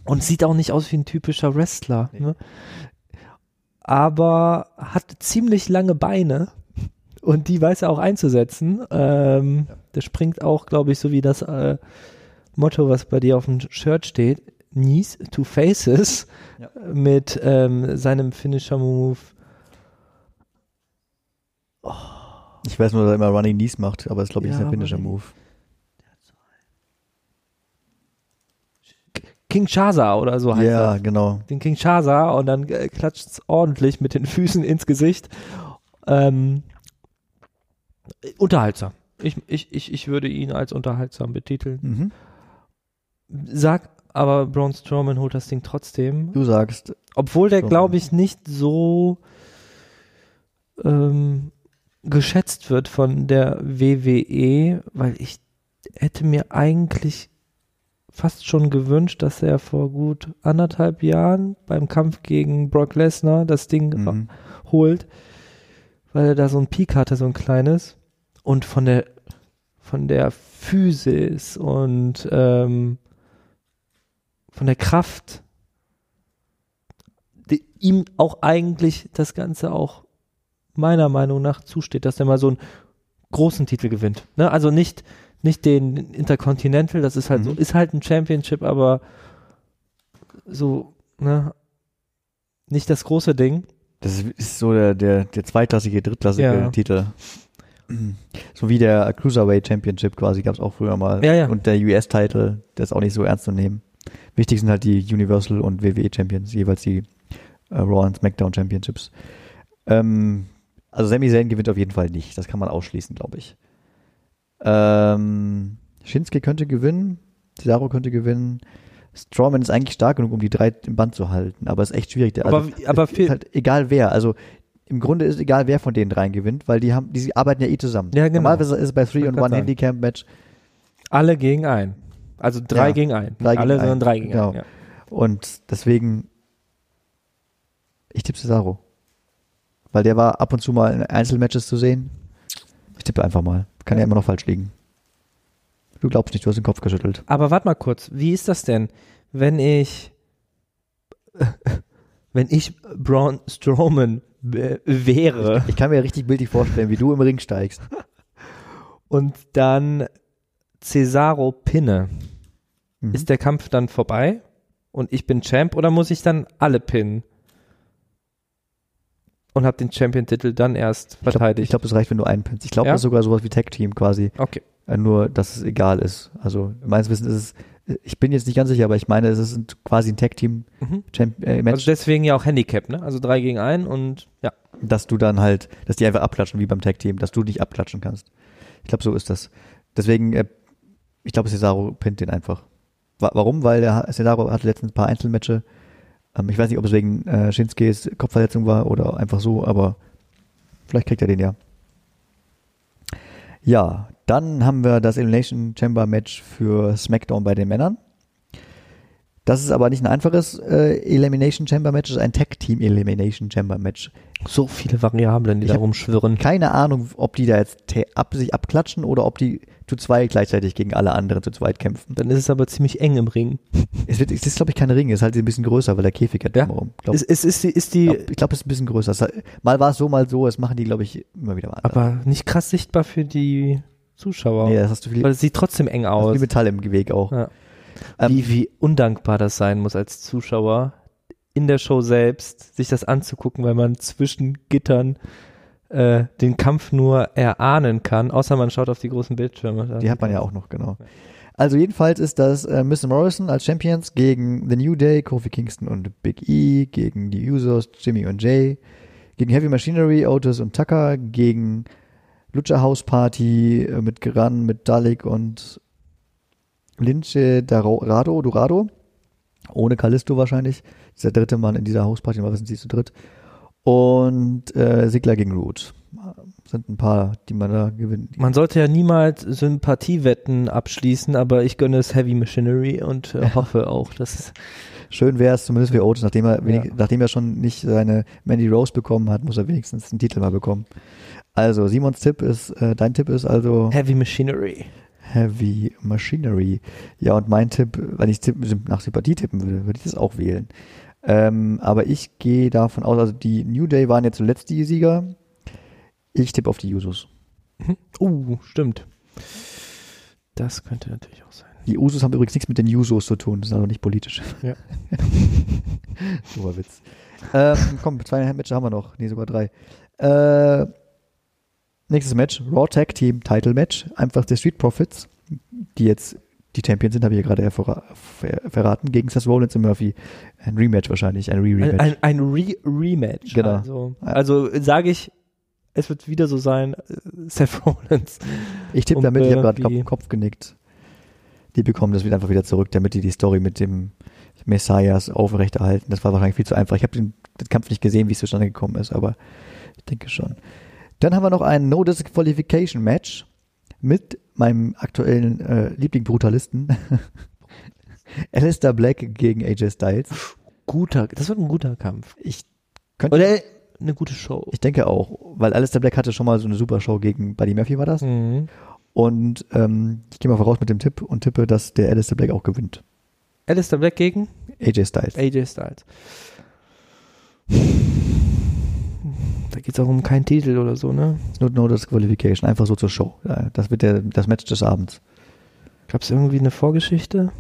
A: Und sieht auch nicht aus wie ein typischer Wrestler. Ne? Aber hat ziemlich lange Beine und die weiß er auch einzusetzen. Ähm, Der springt auch, glaube ich, so wie das äh, Motto, was bei dir auf dem Shirt steht, Knees to Faces
B: Ja.
A: mit ähm, seinem Finisher-Move.
B: Ich weiß nur, dass er immer Running Knees macht, aber das ist, glaube ich,
A: Ja,
B: nicht ein finnischer
A: Running-
B: Move.
A: Kinshasa oder so heißt er.
B: Ja, genau.
A: den Kinshasa und dann äh, klatscht es ordentlich mit den [laughs] Füßen ins Gesicht. Ähm, unterhaltsam. Ich, ich, ich, ich würde ihn als unterhaltsam betiteln.
B: Mhm.
A: Sag aber, Braun Strowman holt das Ding trotzdem.
B: Du sagst,
A: Obwohl der,
B: Strowman.
A: glaube ich, nicht so ähm, geschätzt wird von der WWE, weil ich hätte mir eigentlich fast schon gewünscht, dass er vor gut anderthalb Jahren beim Kampf gegen Brock Lesnar das Ding
B: mhm.
A: holt, weil er da so ein Peak hatte, so ein kleines. Und von der von der Physis und ähm, von der Kraft, die ihm auch eigentlich das Ganze auch meiner Meinung nach zusteht, dass er mal so einen großen Titel gewinnt. Ne? Also nicht, nicht den Intercontinental, das ist halt
B: Mhm.
A: so, ist halt ein Championship, aber so, ne? Nicht das große Ding.
B: Das ist so der, der, der zweitklassige, drittklassige
A: Ja.
B: Titel. So wie der Cruiserweight Championship quasi gab es auch früher mal.
A: Ja, ja.
B: Und der US-Titel, der ist auch nicht so ernst zu nehmen. Wichtig sind halt die Universal und WWE Champions, jeweils die äh, Raw und SmackDown Championships. Ähm, also Sami Zayn gewinnt auf jeden Fall nicht. Das kann man ausschließen, glaube ich. Ähm, Shinsuke könnte gewinnen. Cesaro könnte gewinnen. Strowman ist eigentlich stark genug, um die drei im Band zu halten, aber ist echt schwierig. Der-
A: Aber,
B: also-
A: aber
B: es ist
A: viel,
B: halt egal wer. Also im Grunde ist egal, wer von den dreien gewinnt, weil die haben, die arbeiten ja eh zusammen.
A: Ja, genau.
B: Normalerweise ist es bei 3
A: Ich wollte
B: und 1
A: gerade
B: Handicap Match
A: alle gegen ein. Also drei
B: Ja,
A: gegen ein.
B: drei
A: Nicht alle,
B: gegen
A: sondern
B: ein.
A: drei gegen
B: Genau.
A: ein. Ja.
B: und deswegen ich tippe Cesaro. Weil der war ab und zu mal in Einzelmatches zu sehen. Ich tippe einfach mal. Kann ja, immer noch falsch liegen. Du glaubst nicht, du hast den Kopf geschüttelt.
A: Aber warte mal kurz, wie ist das denn, wenn ich [laughs] wenn ich Braun Strowman w- wäre
B: Ich kann mir richtig bildlich vorstellen, wie du im Ring steigst.
A: und dann Cesaro pinne,
B: Mhm.
A: ist der Kampf dann vorbei und ich bin Champ oder muss ich dann alle pinnen? Und habe den Champion-Titel dann erst
B: Ich glaube,
A: verteidigt.
B: glaub, es reicht, wenn du einen pinnst. Ich glaube,
A: Ja?
B: das ist sogar sowas wie Tag Team quasi.
A: okay.
B: Äh, Nur, dass es egal ist. Also meines Wissens ist es, ich bin jetzt nicht ganz sicher, aber ich meine, es ist ein- quasi ein äh, Tag-Team-Match,
A: Mhm. Also deswegen ja auch Handicap, ne? Also drei gegen ein und ja.
B: dass du dann halt, dass die einfach abklatschen, wie beim Tag-Team, dass du nicht abklatschen kannst. Ich glaube, so ist das. Deswegen, äh, ich glaube, Cesaro pinnt den einfach. Wa warum? Weil der Ha- Cesaro hatte letztens ein paar Einzelmatche. Ähm, ich weiß nicht, ob es wegen äh, Shinskes Kopfverletzung war oder einfach so, aber vielleicht kriegt er den ja. Ja, dann haben wir das Elimination Chamber Match für SmackDown bei den Männern. Das ist aber nicht ein einfaches äh, Elimination Chamber Match, es ist ein Tag Team Elimination Chamber Match.
A: So viele Variablen, die
B: Ich
A: da
B: hab-
A: rumschwirren.
B: Keine Ahnung, ob die da jetzt te- ab, sich abklatschen oder ob die zu zweit gleichzeitig gegen alle anderen zu zweit kämpfen.
A: Dann ist es aber ziemlich eng im Ring.
B: Es, wird, es ist, glaube ich, kein Ring, es ist halt ein bisschen größer, weil der Käfig hat
A: Ja.
B: drumherum. Glaub,
A: Es, es ist die, ist die
B: glaub, ich glaube, es ist ein bisschen größer. Es hat, mal war es so, mal so, es machen die, glaube ich, immer wieder mal anders.
A: aber nicht krass sichtbar für die Zuschauer.
B: nee, das hast du viel,
A: Weil es sieht trotzdem eng
B: hast du
A: aus.
B: viel Metall im Geweg auch.
A: Ja.
B: Also Ähm,
A: wie, wie undankbar das sein muss als Zuschauer in der Show selbst, sich das anzugucken, weil man zwischen Gittern äh, den Kampf nur erahnen kann, außer man schaut auf die großen Bildschirme. Da
B: Die hat
A: sieht
B: man ja
A: man's.
B: auch noch, genau. Also jedenfalls ist das äh, Miss Morrison als Champions gegen The New Day, Kofi Kingston und Big E, gegen die Usos, Jimmy und Jay, gegen Heavy Machinery, Otis und Tucker, gegen Lucha House Party äh, mit Gran, mit Dalek und Lince Dorado, Dorado, ohne Callisto wahrscheinlich. Das ist der dritte Mann in dieser House Party, mal wissen sie zu dritt. Und äh, Sigler gegen Root. sind ein paar, die man da gewinnt.
A: Man sollte ja niemals Sympathiewetten abschließen, aber ich gönne es Heavy Machinery und
B: [laughs]
A: äh, hoffe auch, dass es
B: Schön wäre es zumindest für Otis, nachdem er, wenig, nachdem er schon nicht seine Mandy Rose bekommen hat, muss er wenigstens einen Titel mal bekommen. Also, Simons Tipp ist, äh, dein Tipp ist also
A: Heavy Machinery.
B: Heavy Machinery. Ja, und mein Tipp, wenn ich tipp, nach Sympathie tippen würde, würde ich das auch wählen. Ähm, aber ich gehe davon aus, also die New Day waren ja zuletzt die Sieger. Ich tippe auf die Usos.
A: Mhm. Uh, stimmt. Das könnte natürlich auch sein.
B: Die Usos haben übrigens nichts mit den Usos zu tun, das ist also nicht politisch.
A: Ja.
B: [laughs] Super Witz. Ähm, komm, zwei Matches haben wir noch. Nee, sogar drei. Äh, nächstes Match, Raw Tag Team Title Match. Einfach der Street Profits, die jetzt die Champions sind, habe ich ja gerade ver ver verraten, gegen Seth Rollins und Murphy. Ein Rematch wahrscheinlich, ein Re-Rematch.
A: Ein, ein Re Rematch.
B: Genau.
A: Also, also sage ich, es wird wieder so sein, äh, Seth Rollins.
B: ich tippe
A: Und,
B: damit, ich habe
A: äh,
B: gerade
A: wie-
B: Kopf, Kopf genickt. Die bekommen das wieder einfach wieder zurück, damit die die Story mit dem Messias aufrechterhalten. Das war wahrscheinlich viel zu einfach. Ich habe den, den Kampf nicht gesehen, wie es zustande gekommen ist, aber ich denke schon. Dann haben wir noch ein No Disqualification Match mit meinem aktuellen äh, Liebling Brutalisten. [laughs] Alistair Black gegen AJ Styles.
A: Guter, das wird ein guter Kampf.
B: Ich könnte
A: Oder eine gute Show.
B: Ich denke auch, weil Alistair Black hatte schon mal so eine super Show gegen Buddy Murphy, war das?
A: Mhm.
B: Und ähm, ich gehe mal voraus mit dem Tipp und tippe, dass der Alistair Black auch gewinnt.
A: Alistair Black gegen
B: AJ Styles.
A: AJ Styles. Da geht es auch um keinen Titel oder so, ne?
B: It's not no disqualification, einfach so zur Show. Ja, Das wird der, das Match des Abends.
A: Gab es irgendwie eine Vorgeschichte?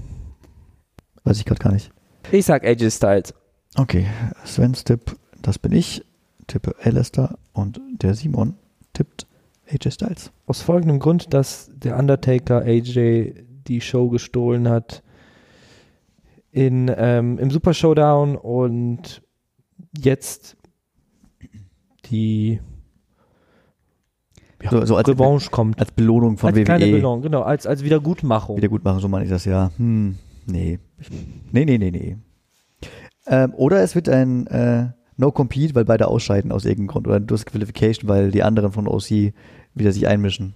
B: Weiß ich gerade gar nicht.
A: Ich sag AJ Styles.
B: Okay, Svens Tipp, das bin ich. Tippe Alistair und der Simon tippt AJ Styles.
A: Aus folgendem Grund, dass der Undertaker AJ die Show gestohlen hat in, ähm, im Super Showdown und jetzt die ja,
B: So- so als-
A: Revanche kommt.
B: Als Belohnung von
A: also als kleine
B: WWE.
A: Belohnung, genau, als, als Wiedergutmachung.
B: Wieder gut machen, so meine ich das ja. Hm, nee. Nee, nee, nee, nee. Ähm, oder es wird ein äh, No-Compete, weil beide ausscheiden aus irgendeinem Grund. Oder ein Disqualification, weil die anderen von OC wieder sich einmischen.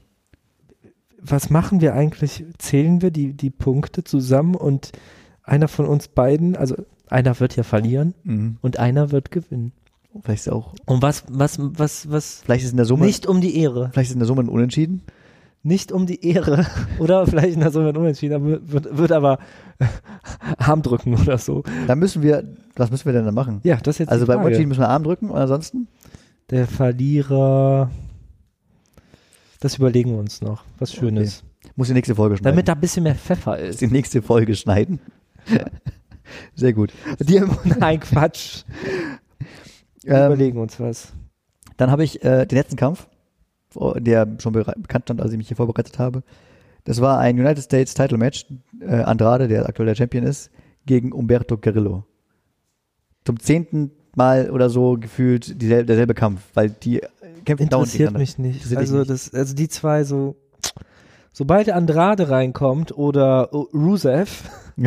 A: was machen wir eigentlich? Zählen wir die, die Punkte zusammen und einer von uns beiden, also einer wird ja verlieren
B: Mhm.
A: und einer wird gewinnen.
B: Vielleicht ist auch,
A: Und was, was, was, was?
B: vielleicht ist in der Summe,
A: Nicht um die Ehre.
B: vielleicht ist in der Summe ein Unentschieden.
A: Nicht um die Ehre. [laughs] Oder vielleicht na, so wird unentschieden, aber wird, wird aber [laughs] Arm drücken oder so.
B: Da müssen wir, was müssen wir denn da machen?
A: Ja, das ist jetzt
B: also
A: die
B: beim
A: Frage.
B: Unentschieden müssen wir Arm drücken und ansonsten?
A: Der Verlierer. Das überlegen wir uns noch. Was Schönes.
B: Muss die nächste Folge schneiden. [laughs]
A: Damit da ein bisschen mehr Pfeffer ist. [laughs]
B: die nächste Folge schneiden. Sehr gut. Die,
A: Nein, Quatsch. Wir
B: ähm,
A: überlegen uns was.
B: Dann habe ich äh, den letzten Kampf, der schon bere- bekannt stand, als ich mich hier vorbereitet habe. Das war ein United States Title Match. Äh, Andrade, der aktuell der Champion ist, gegen Umberto Carrillo. Zum zehnten Mal oder so gefühlt diesel derselbe Kampf, weil die äh, kämpfen dauernd
A: Interessiert
B: gegeneinander.
A: mich nicht.
B: Interessiert
A: Also,
B: dich
A: Das, also die zwei so, sobald Andrade reinkommt oder O-
B: [laughs]
A: Rusev, [laughs]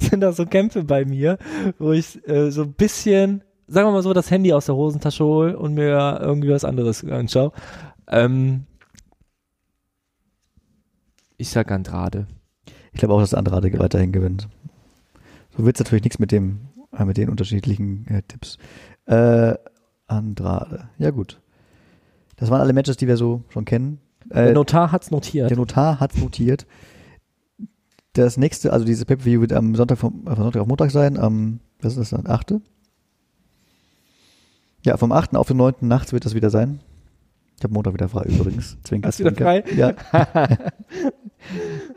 A: sind das so Kämpfe bei mir, wo ich äh, so ein bisschen, sagen wir mal so, das Handy aus der Hosentasche hole und mir irgendwie was anderes anschaue. Ähm, ich sag Andrade.
B: Ich glaube auch, dass Andrade weiterhin gewinnt. So wird's natürlich nichts mit dem, äh, mit den unterschiedlichen äh, Tipps. Äh, Andrade. Ja, gut. Das waren alle Matches, die wir so schon kennen.
A: Der
B: Äh,
A: Notar hat's notiert.
B: Der Notar hat notiert. Das nächste, also dieses Pay-Per-View wird am Sonntag, vom, äh, von Sonntag auf Montag sein. Am, was ist das dann? 8. Ja, vom 8. auf den 9. nachts wird das wieder sein. Ich habe Montag wieder frei übrigens. Zwinker,
A: Hast du wieder
B: zwinker.
A: [laughs]
B: Ja.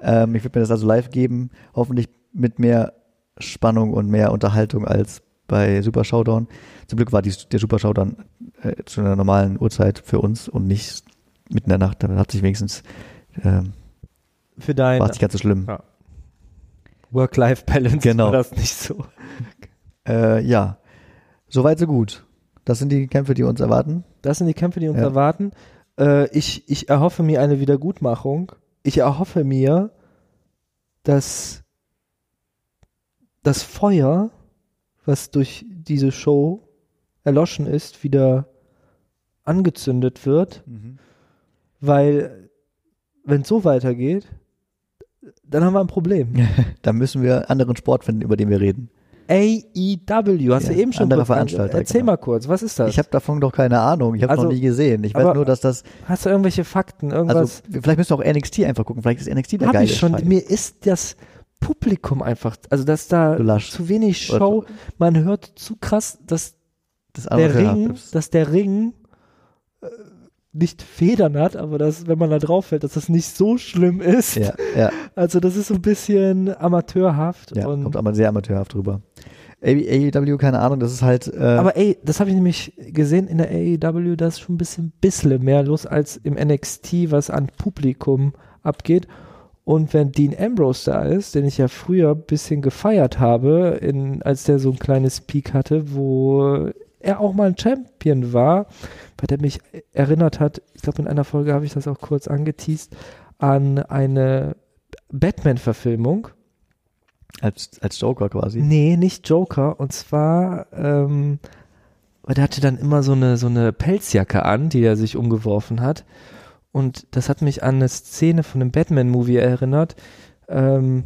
B: ähm, ich würde mir das also live geben. Hoffentlich mit mehr Spannung und mehr Unterhaltung als bei Super Showdown. Zum Glück war die, der Super Showdown äh, zu einer normalen Uhrzeit für uns und nicht mitten in der Nacht. Dann hat sich wenigstens ähm,
A: Für dein
B: war es nicht ganz so schlimm.
A: Ja. Work-Life-Balance
B: Genau.
A: war das nicht so.
B: Äh, ja, soweit so gut. Das sind die Kämpfe, die uns erwarten.
A: Das sind die Kämpfe, die uns
B: Ja.
A: erwarten. Äh, ich, ich erhoffe mir eine Wiedergutmachung. Ich erhoffe mir, dass das Feuer, was durch diese Show erloschen ist, wieder angezündet wird, weil wenn es so weitergeht, dann haben wir ein Problem.
B: Da müssen wir anderen Sport finden, über den wir reden.
A: AEW, E hast du
B: Ja,
A: eben schon
B: andere
A: kurz ange-
B: Veranstalter,
A: Erzähl
B: genau.
A: mal kurz, was ist das?
B: Ich habe davon doch keine Ahnung. Ich habe
A: Also,
B: noch nie gesehen. Ich weiß
A: aber-
B: nur, dass das.
A: hast du irgendwelche Fakten, irgendwas?
B: Also, vielleicht müssen wir auch NXT einfach gucken. Vielleicht ist NXT der
A: Hab
B: geile
A: ich schon.
B: Scheiß.
A: Mir ist das Publikum einfach, also dass da
B: Du laschst.
A: zu wenig Show, man hört zu krass, dass
B: Das
A: der
B: andere
A: Ring,
B: Haarflips.
A: dass der Ring äh, nicht Federn hat, aber dass, wenn man da drauf fällt, dass das nicht so schlimm ist.
B: Ja, ja,
A: Also das ist so ein bisschen amateurhaft.
B: ja.
A: und,
B: Kommt aber sehr amateurhaft drüber. AEW, E keine Ahnung, das ist halt. Äh,
A: aber ey, das habe ich nämlich gesehen in der AEW, da ist schon ein bisschen, bisschen mehr los als im NXT, was an Publikum abgeht. Und wenn Dean Ambrose da ist, den ich ja früher ein bisschen gefeiert habe, in, als der so ein kleines Peak hatte, wo er auch mal ein Champion war, bei der mich erinnert hat, ich glaube in einer Folge habe ich das auch kurz angeteased, an eine Batman-Verfilmung.
B: als, als Joker quasi.
A: Nee, nicht Joker. Und zwar, ähm, weil der hatte dann immer so eine, so eine Pelzjacke an, die er sich umgeworfen hat. Und das hat mich an eine Szene von einem Batman-Movie erinnert. Ähm,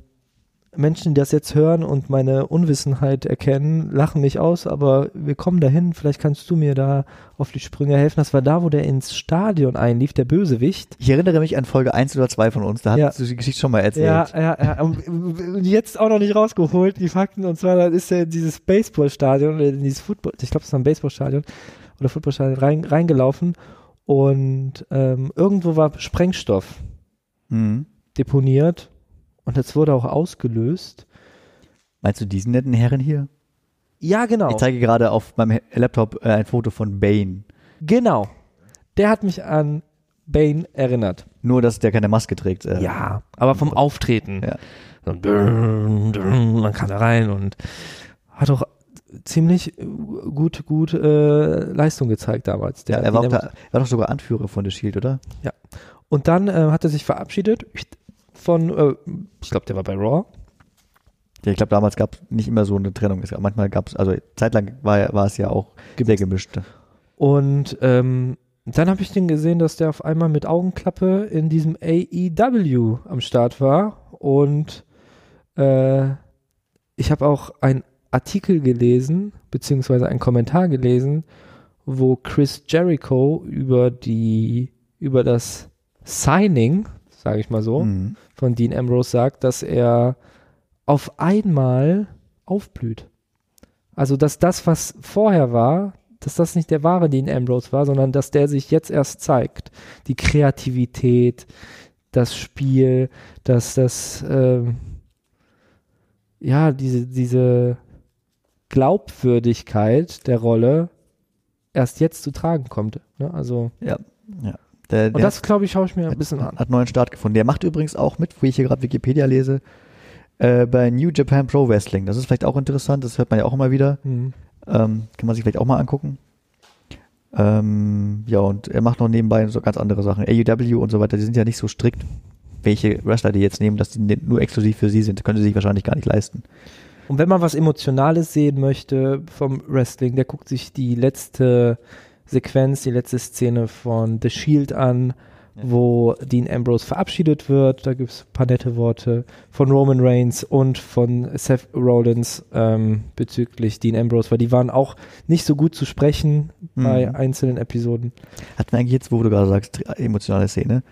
A: Menschen, die das jetzt hören und meine Unwissenheit erkennen, lachen mich aus, aber wir kommen dahin. Vielleicht kannst du mir da auf die Sprünge helfen. Das war da, wo der ins Stadion einlief, der Bösewicht.
B: Ich erinnere mich an Folge 1 oder 2 von uns. Da
A: Ja.
B: hast du die Geschichte schon mal erzählt.
A: ja, ja. Und- Und jetzt auch noch nicht rausgeholt, die Fakten. Und zwar dann ist er in dieses Baseballstadion oder in dieses Football, ich glaube, es war ein Baseballstadion oder Footballstadion rein, reingelaufen. Und ähm, irgendwo war Sprengstoff
B: Mhm.
A: deponiert und das wurde auch ausgelöst.
B: Meinst du diesen netten Herren hier?
A: Ja, genau.
B: Ich zeige gerade auf meinem Laptop äh, ein Foto von Bane.
A: Genau. Der hat mich an Bane erinnert.
B: Nur, dass der keine Maske trägt. Äh,
A: Ja, aber vom Auftreten.
B: Ja.
A: So ein Brrrr, Brrrr, man kann da rein und hat auch ziemlich gut, gut äh, Leistung gezeigt damals. Der,
B: er war, auch
A: der-
B: da, er war doch sogar Anführer von The Shield, oder?
A: und dann äh, hat er sich verabschiedet von, äh, ich glaube, der war bei Raw.
B: Ja, ich glaube, damals gab es nicht immer so eine Trennung. Es gab, manchmal gab es, also zeitlang war, war es ja auch sehr gemischt.
A: Und ähm, dann habe ich den gesehen, dass der auf einmal mit Augenklappe in diesem AEW am Start war. Und äh, ich habe auch einen Artikel gelesen, beziehungsweise einen Kommentar gelesen, wo Chris Jericho über die, über das Signing, sage ich mal so,
B: Mhm.
A: von Dean Ambrose sagt, dass er auf einmal aufblüht. Also, dass das, was vorher war, dass das nicht der wahre Dean Ambrose war, sondern dass der sich jetzt erst zeigt. Die Kreativität, das Spiel, dass das, ähm, ja, diese, diese Glaubwürdigkeit der Rolle erst jetzt zu tragen kommt. Ne? Also,
B: Der,
A: und
B: der
A: das, glaube ich, schaue ich mir ein bisschen an.
B: hat, hat neuen Start gefunden. Der macht übrigens auch mit, wo ich hier gerade Wikipedia lese, äh, bei New Japan Pro Wrestling. Das ist vielleicht auch interessant, das hört man ja auch immer wieder.
A: Hm.
B: Ähm, kann man sich vielleicht auch mal angucken. Ähm, ja, und er macht noch nebenbei so ganz andere Sachen. AEW und so weiter, die sind ja nicht so strikt, welche Wrestler die jetzt nehmen, dass die ne, nur exklusiv für sie sind. Können sie sich wahrscheinlich gar nicht leisten.
A: Und wenn man was Emotionales sehen möchte vom Wrestling, der guckt sich die letzte Sequenz, die letzte Szene von The Shield an, wo Dean Ambrose verabschiedet wird. Da gibt es ein paar nette Worte von Roman Reigns und von Seth Rollins ähm, bezüglich Dean Ambrose, weil die waren auch nicht so gut zu sprechen bei
B: Mhm.
A: einzelnen Episoden.
B: Hatten wir eigentlich jetzt, wo du gerade sagst, tri- emotionale Szene,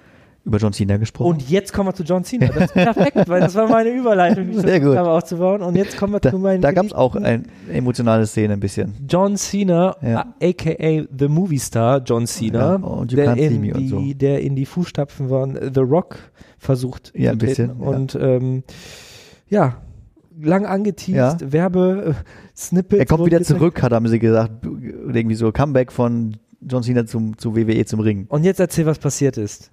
B: über John Cena gesprochen?
A: Und jetzt kommen wir zu John Cena. Das ist perfekt, weil das war meine Überleitung, die ich
B: [laughs] Sehr
A: versucht
B: gut.
A: habe aufzubauen. Und jetzt kommen wir
B: da
A: zu meinen
B: da gab es auch
A: geliebten-
B: eine emotionale Szene ein bisschen.
A: John Cena,
B: Ja.
A: a- aka The Movie Star John Cena,
B: Ja, oh, und You
A: der,
B: Can't See
A: in
B: Me und
A: die,
B: so.
A: der in die Fußstapfen von The Rock versucht
B: Ja, ein
A: zu treten.
B: bisschen, ja.
A: Und ähm, ja, lang angeteased, Werbe, äh, Snippets.
B: Er kommt
A: wurden
B: wieder
A: gezeigt.
B: zurück, hat haben sie gesagt, irgendwie so Comeback von John Cena zum, zu WWE zum Ring.
A: Und jetzt erzähl, was passiert ist.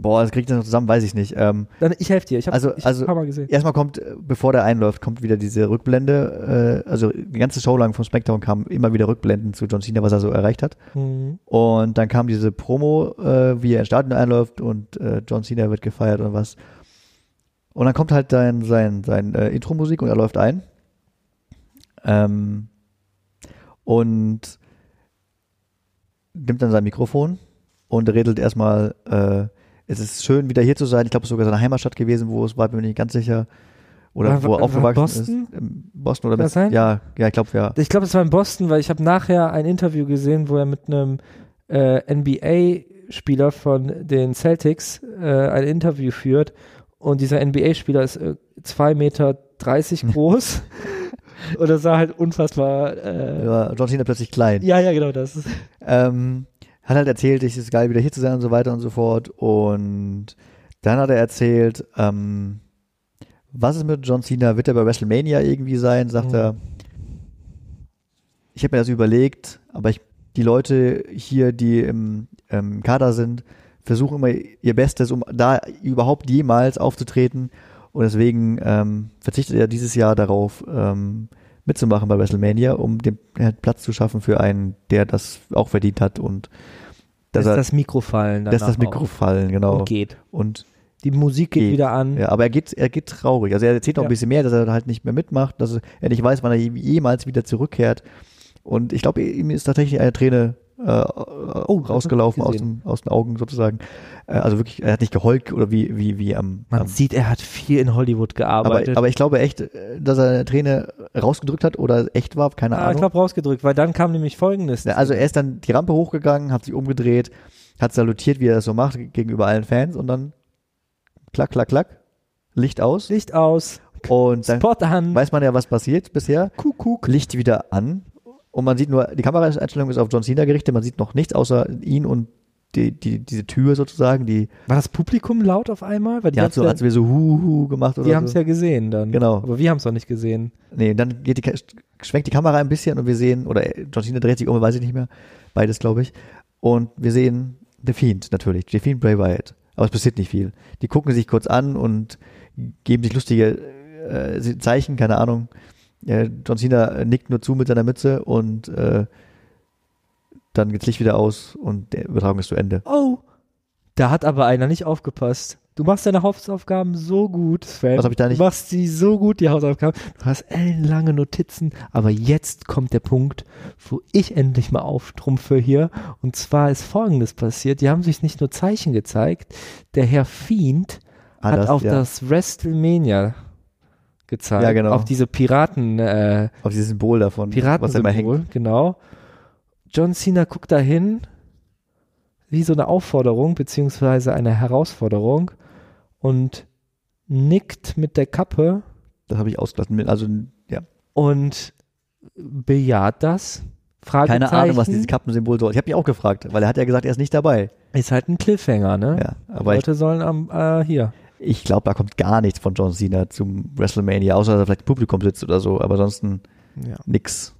B: Boah, das kriegt er noch zusammen, weiß ich nicht. Ähm,
A: Dann, ich helfe dir, ich habe
B: Also-
A: ich
B: also-
A: ein paar Mal gesehen.
B: Erstmal kommt, äh, bevor der einläuft, kommt wieder diese Rückblende. Äh, also die ganze Show lang vom SmackDown kam immer wieder Rückblenden zu John Cena, was er so erreicht hat.
A: Mhm.
B: Und dann kam diese Promo, äh, wie er ins Stadion einläuft und äh, John Cena wird gefeiert und was. Und dann kommt halt sein, sein, sein äh, Intro-Musik und er läuft ein. Ähm, und nimmt dann sein Mikrofon und redet erstmal, äh, es ist schön, wieder hier zu sein. Ich glaube, es ist sogar seine Heimatstadt gewesen, wo es war, bin ich nicht ganz sicher. Oder
A: War-
B: wo
A: war-
B: er aufgewachsen
A: war Boston?
B: ist. Ähm, Boston oder
A: Kann das sein? Äh.
B: Ja, ja, ich glaube, ja.
A: Ich glaube, es war in Boston, weil ich habe nachher ein Interview gesehen, wo er mit einem äh, NBA-Spieler von den Celtics äh, ein Interview führt. Und dieser NBA-Spieler ist äh, 2,30 Meter
B: Hm. [laughs]
A: groß. Oder sah halt unfassbar. Äh,
B: ja. John Cena plötzlich klein.
A: ja, ja, genau das. ist-
B: Ähm, hat halt erzählt, ich es ist geil, wieder hier zu sein und so weiter und so fort. Und dann hat er erzählt, ähm, was ist mit John Cena? Wird er bei WrestleMania irgendwie sein? Sagt
A: Mhm.
B: er, ich habe mir das überlegt, aber ich, die Leute hier, die im ähm, Kader sind, versuchen immer ihr Bestes, um da überhaupt jemals aufzutreten. Und deswegen ähm, verzichtet er dieses Jahr darauf, ähm, mitzumachen bei WrestleMania, um den äh, Platz zu schaffen für einen, der das auch verdient hat und dass
A: Lässt
B: er,
A: das Mikro fallen.
B: dass das
A: danach
B: Mikro fallen,
A: auch
B: genau.
A: Und geht.
B: Und
A: Die Musik geht,
B: Geht,
A: wieder an.
B: ja, aber er geht, er geht traurig. Also er erzählt noch
A: Hm. Ja.
B: ein bisschen mehr, dass er halt nicht mehr mitmacht, dass er nicht weiß, wann er je- jemals wieder zurückkehrt. Und ich glaube, ihm ist tatsächlich eine Träne
A: Oh,
B: äh, rausgelaufen aus,
A: gesehen.
B: dem, aus den Augen sozusagen. Äh, also wirklich, er hat nicht geheult oder wie, wie, wie am.
A: Man
B: am
A: sieht, er hat viel in Hollywood
B: aber,
A: gearbeitet.
B: aber ich glaube echt, äh, dass er eine Träne rausgedrückt hat oder echt war, keine
A: ah,
B: Ahnung.
A: ich glaube rausgedrückt, weil dann kam nämlich folgendes.
B: Ja, Also er ist dann die Rampe hochgegangen, hat sich umgedreht, hat salutiert, wie er das so macht, gegenüber allen Fans und dann klack, klack, klack, Licht aus
A: Licht aus,
B: und dann
A: Spot an,
B: weiß man ja, was passiert bisher.
A: Kuckuck.
B: Licht wieder an und man sieht nur, die Kameraeinstellung ist auf John Cena gerichtet, man sieht noch nichts außer ihn und die, die, diese Tür sozusagen, die,
A: War das Publikum laut auf einmal? Weil die
B: die hat so,
A: ganze-
B: als wir so hu hu gemacht oder
A: die haben es
B: so.
A: ja gesehen dann.
B: Genau.
A: Aber wir haben es noch nicht gesehen.
B: Nee, dann geht die, Ka- schwenkt die Kamera ein bisschen und wir sehen, oder John Cena dreht sich um, weiß ich nicht mehr, beides glaube ich. Und wir sehen The Fiend natürlich, The Fiend Bray Wyatt. Aber es passiert nicht viel. Die gucken sich kurz an und geben sich lustige äh, Zeichen, keine Ahnung. Äh, John Cena nickt nur zu mit seiner Mütze und äh, dann geht's Licht wieder aus und die Übertragung ist zu Ende.
A: Oh, da hat aber einer nicht aufgepasst. Du machst deine Hausaufgaben so gut, Sven.
B: Was hab ich da nicht-
A: Du machst sie so gut, die Hausaufgaben. Du hast ellenlange Notizen, aber jetzt kommt der Punkt, wo ich endlich mal auftrumpfe hier. Und zwar ist Folgendes passiert. Die haben sich nicht nur Zeichen gezeigt. Der Herr Fiend
B: Ah,
A: hat auf
B: ja,
A: das WrestleMania gezeigt.
B: Ja, genau.
A: Auf diese Piraten, äh,
B: auf dieses Symbol davon, was da immer hängt.
A: Piratensymbol, genau. John Cena guckt dahin, wie so eine Aufforderung beziehungsweise eine Herausforderung und nickt mit der Kappe
B: Das habe ich ausgelassen. Also ja,
A: und bejaht das. Fragezeichen
B: keine Ahnung, was dieses Kappensymbol soll. Ich habe mich auch gefragt, weil er hat ja gesagt, er ist nicht dabei.
A: ist halt ein Cliffhanger, ne?
B: Ja, aber ich,
A: Leute sollen am äh, hier.
B: ich glaube, da kommt gar nichts von John Cena zum WrestleMania, außer dass er vielleicht im Publikum sitzt oder so, aber ansonsten nix.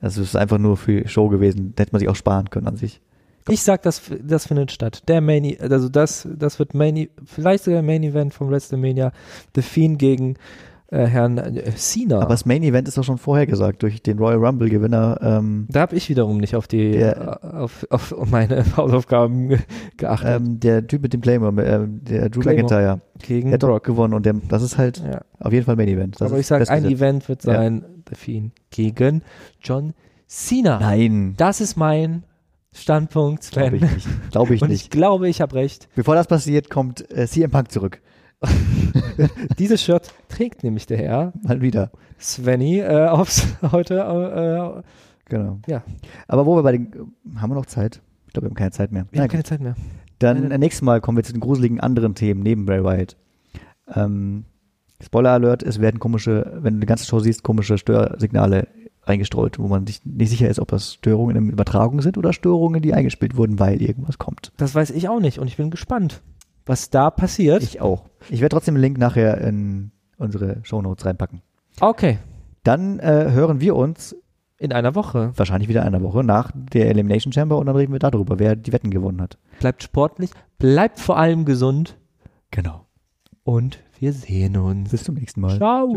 B: Also es ist einfach nur für Show gewesen, hätte man sich auch sparen können an sich.
A: Ich sag, das, f- das findet statt. Der Main, E- also das, das wird Main, E- vielleicht sogar Main Event von WrestleMania, The Fiend gegen äh, Herrn äh, Cena.
B: Aber das Main Event ist doch schon vorher gesagt, durch den Royal Rumble Gewinner. Ähm,
A: Da habe ich wiederum nicht auf die
B: Der-
A: äh, auf, auf meine [laughs] Hausaufgaben ge- geachtet.
B: ähm, der Typ mit dem Claymore, ähm, der Drew
A: Claymore.
B: McIntyre,
A: gegen
B: der hat doch gewonnen und der, das ist halt
A: ja.
B: auf jeden Fall Main Event. Das
A: Aber
B: ist
A: ich sage, ein
B: festgesetzt.
A: Event wird
B: Ja.
A: sein, The Fiend gegen John Cena.
B: Nein,
A: Das ist mein Standpunkt,
B: glaube
A: Sven.
B: ich nicht. Glaube
A: [laughs]
B: ich
A: Und ich
B: nicht.
A: glaube, ich habe recht.
B: Bevor das passiert, kommt äh, CM Punk zurück.
A: Dieses Shirt trägt nämlich der Herr
B: Mal wieder.
A: Svenny äh, aufs, [laughs] heute.
B: Genau.
A: Ja.
B: Aber wo wir bei den. Haben wir noch Zeit? Ich glaube, wir haben keine Zeit mehr.
A: Äh, ich habe
B: Na
A: keine Zeit mehr.
B: Dann äh, nächstes Mal kommen wir zu den gruseligen anderen Themen neben Bray Wyatt. Ähm, Spoiler Alert, es werden komische, wenn du die ganze Show siehst, komische Störsignale eingestreut, wo man sich nicht sicher ist, ob das Störungen in der Übertragung sind oder Störungen, die eingespielt wurden, weil irgendwas kommt.
A: Das weiß ich auch nicht und ich bin gespannt, was da passiert.
B: Ich auch. Ich werde trotzdem den Link nachher in unsere Shownotes reinpacken.
A: okay,
B: Dann äh, hören wir uns
A: in einer Woche.
B: wahrscheinlich wieder in einer Woche nach der Elimination Chamber und dann reden wir darüber, wer die Wetten gewonnen hat.
A: Bleibt sportlich, bleibt vor allem gesund
B: Genau.
A: und wir sehen uns.
B: Bis zum nächsten Mal.
A: Ciao.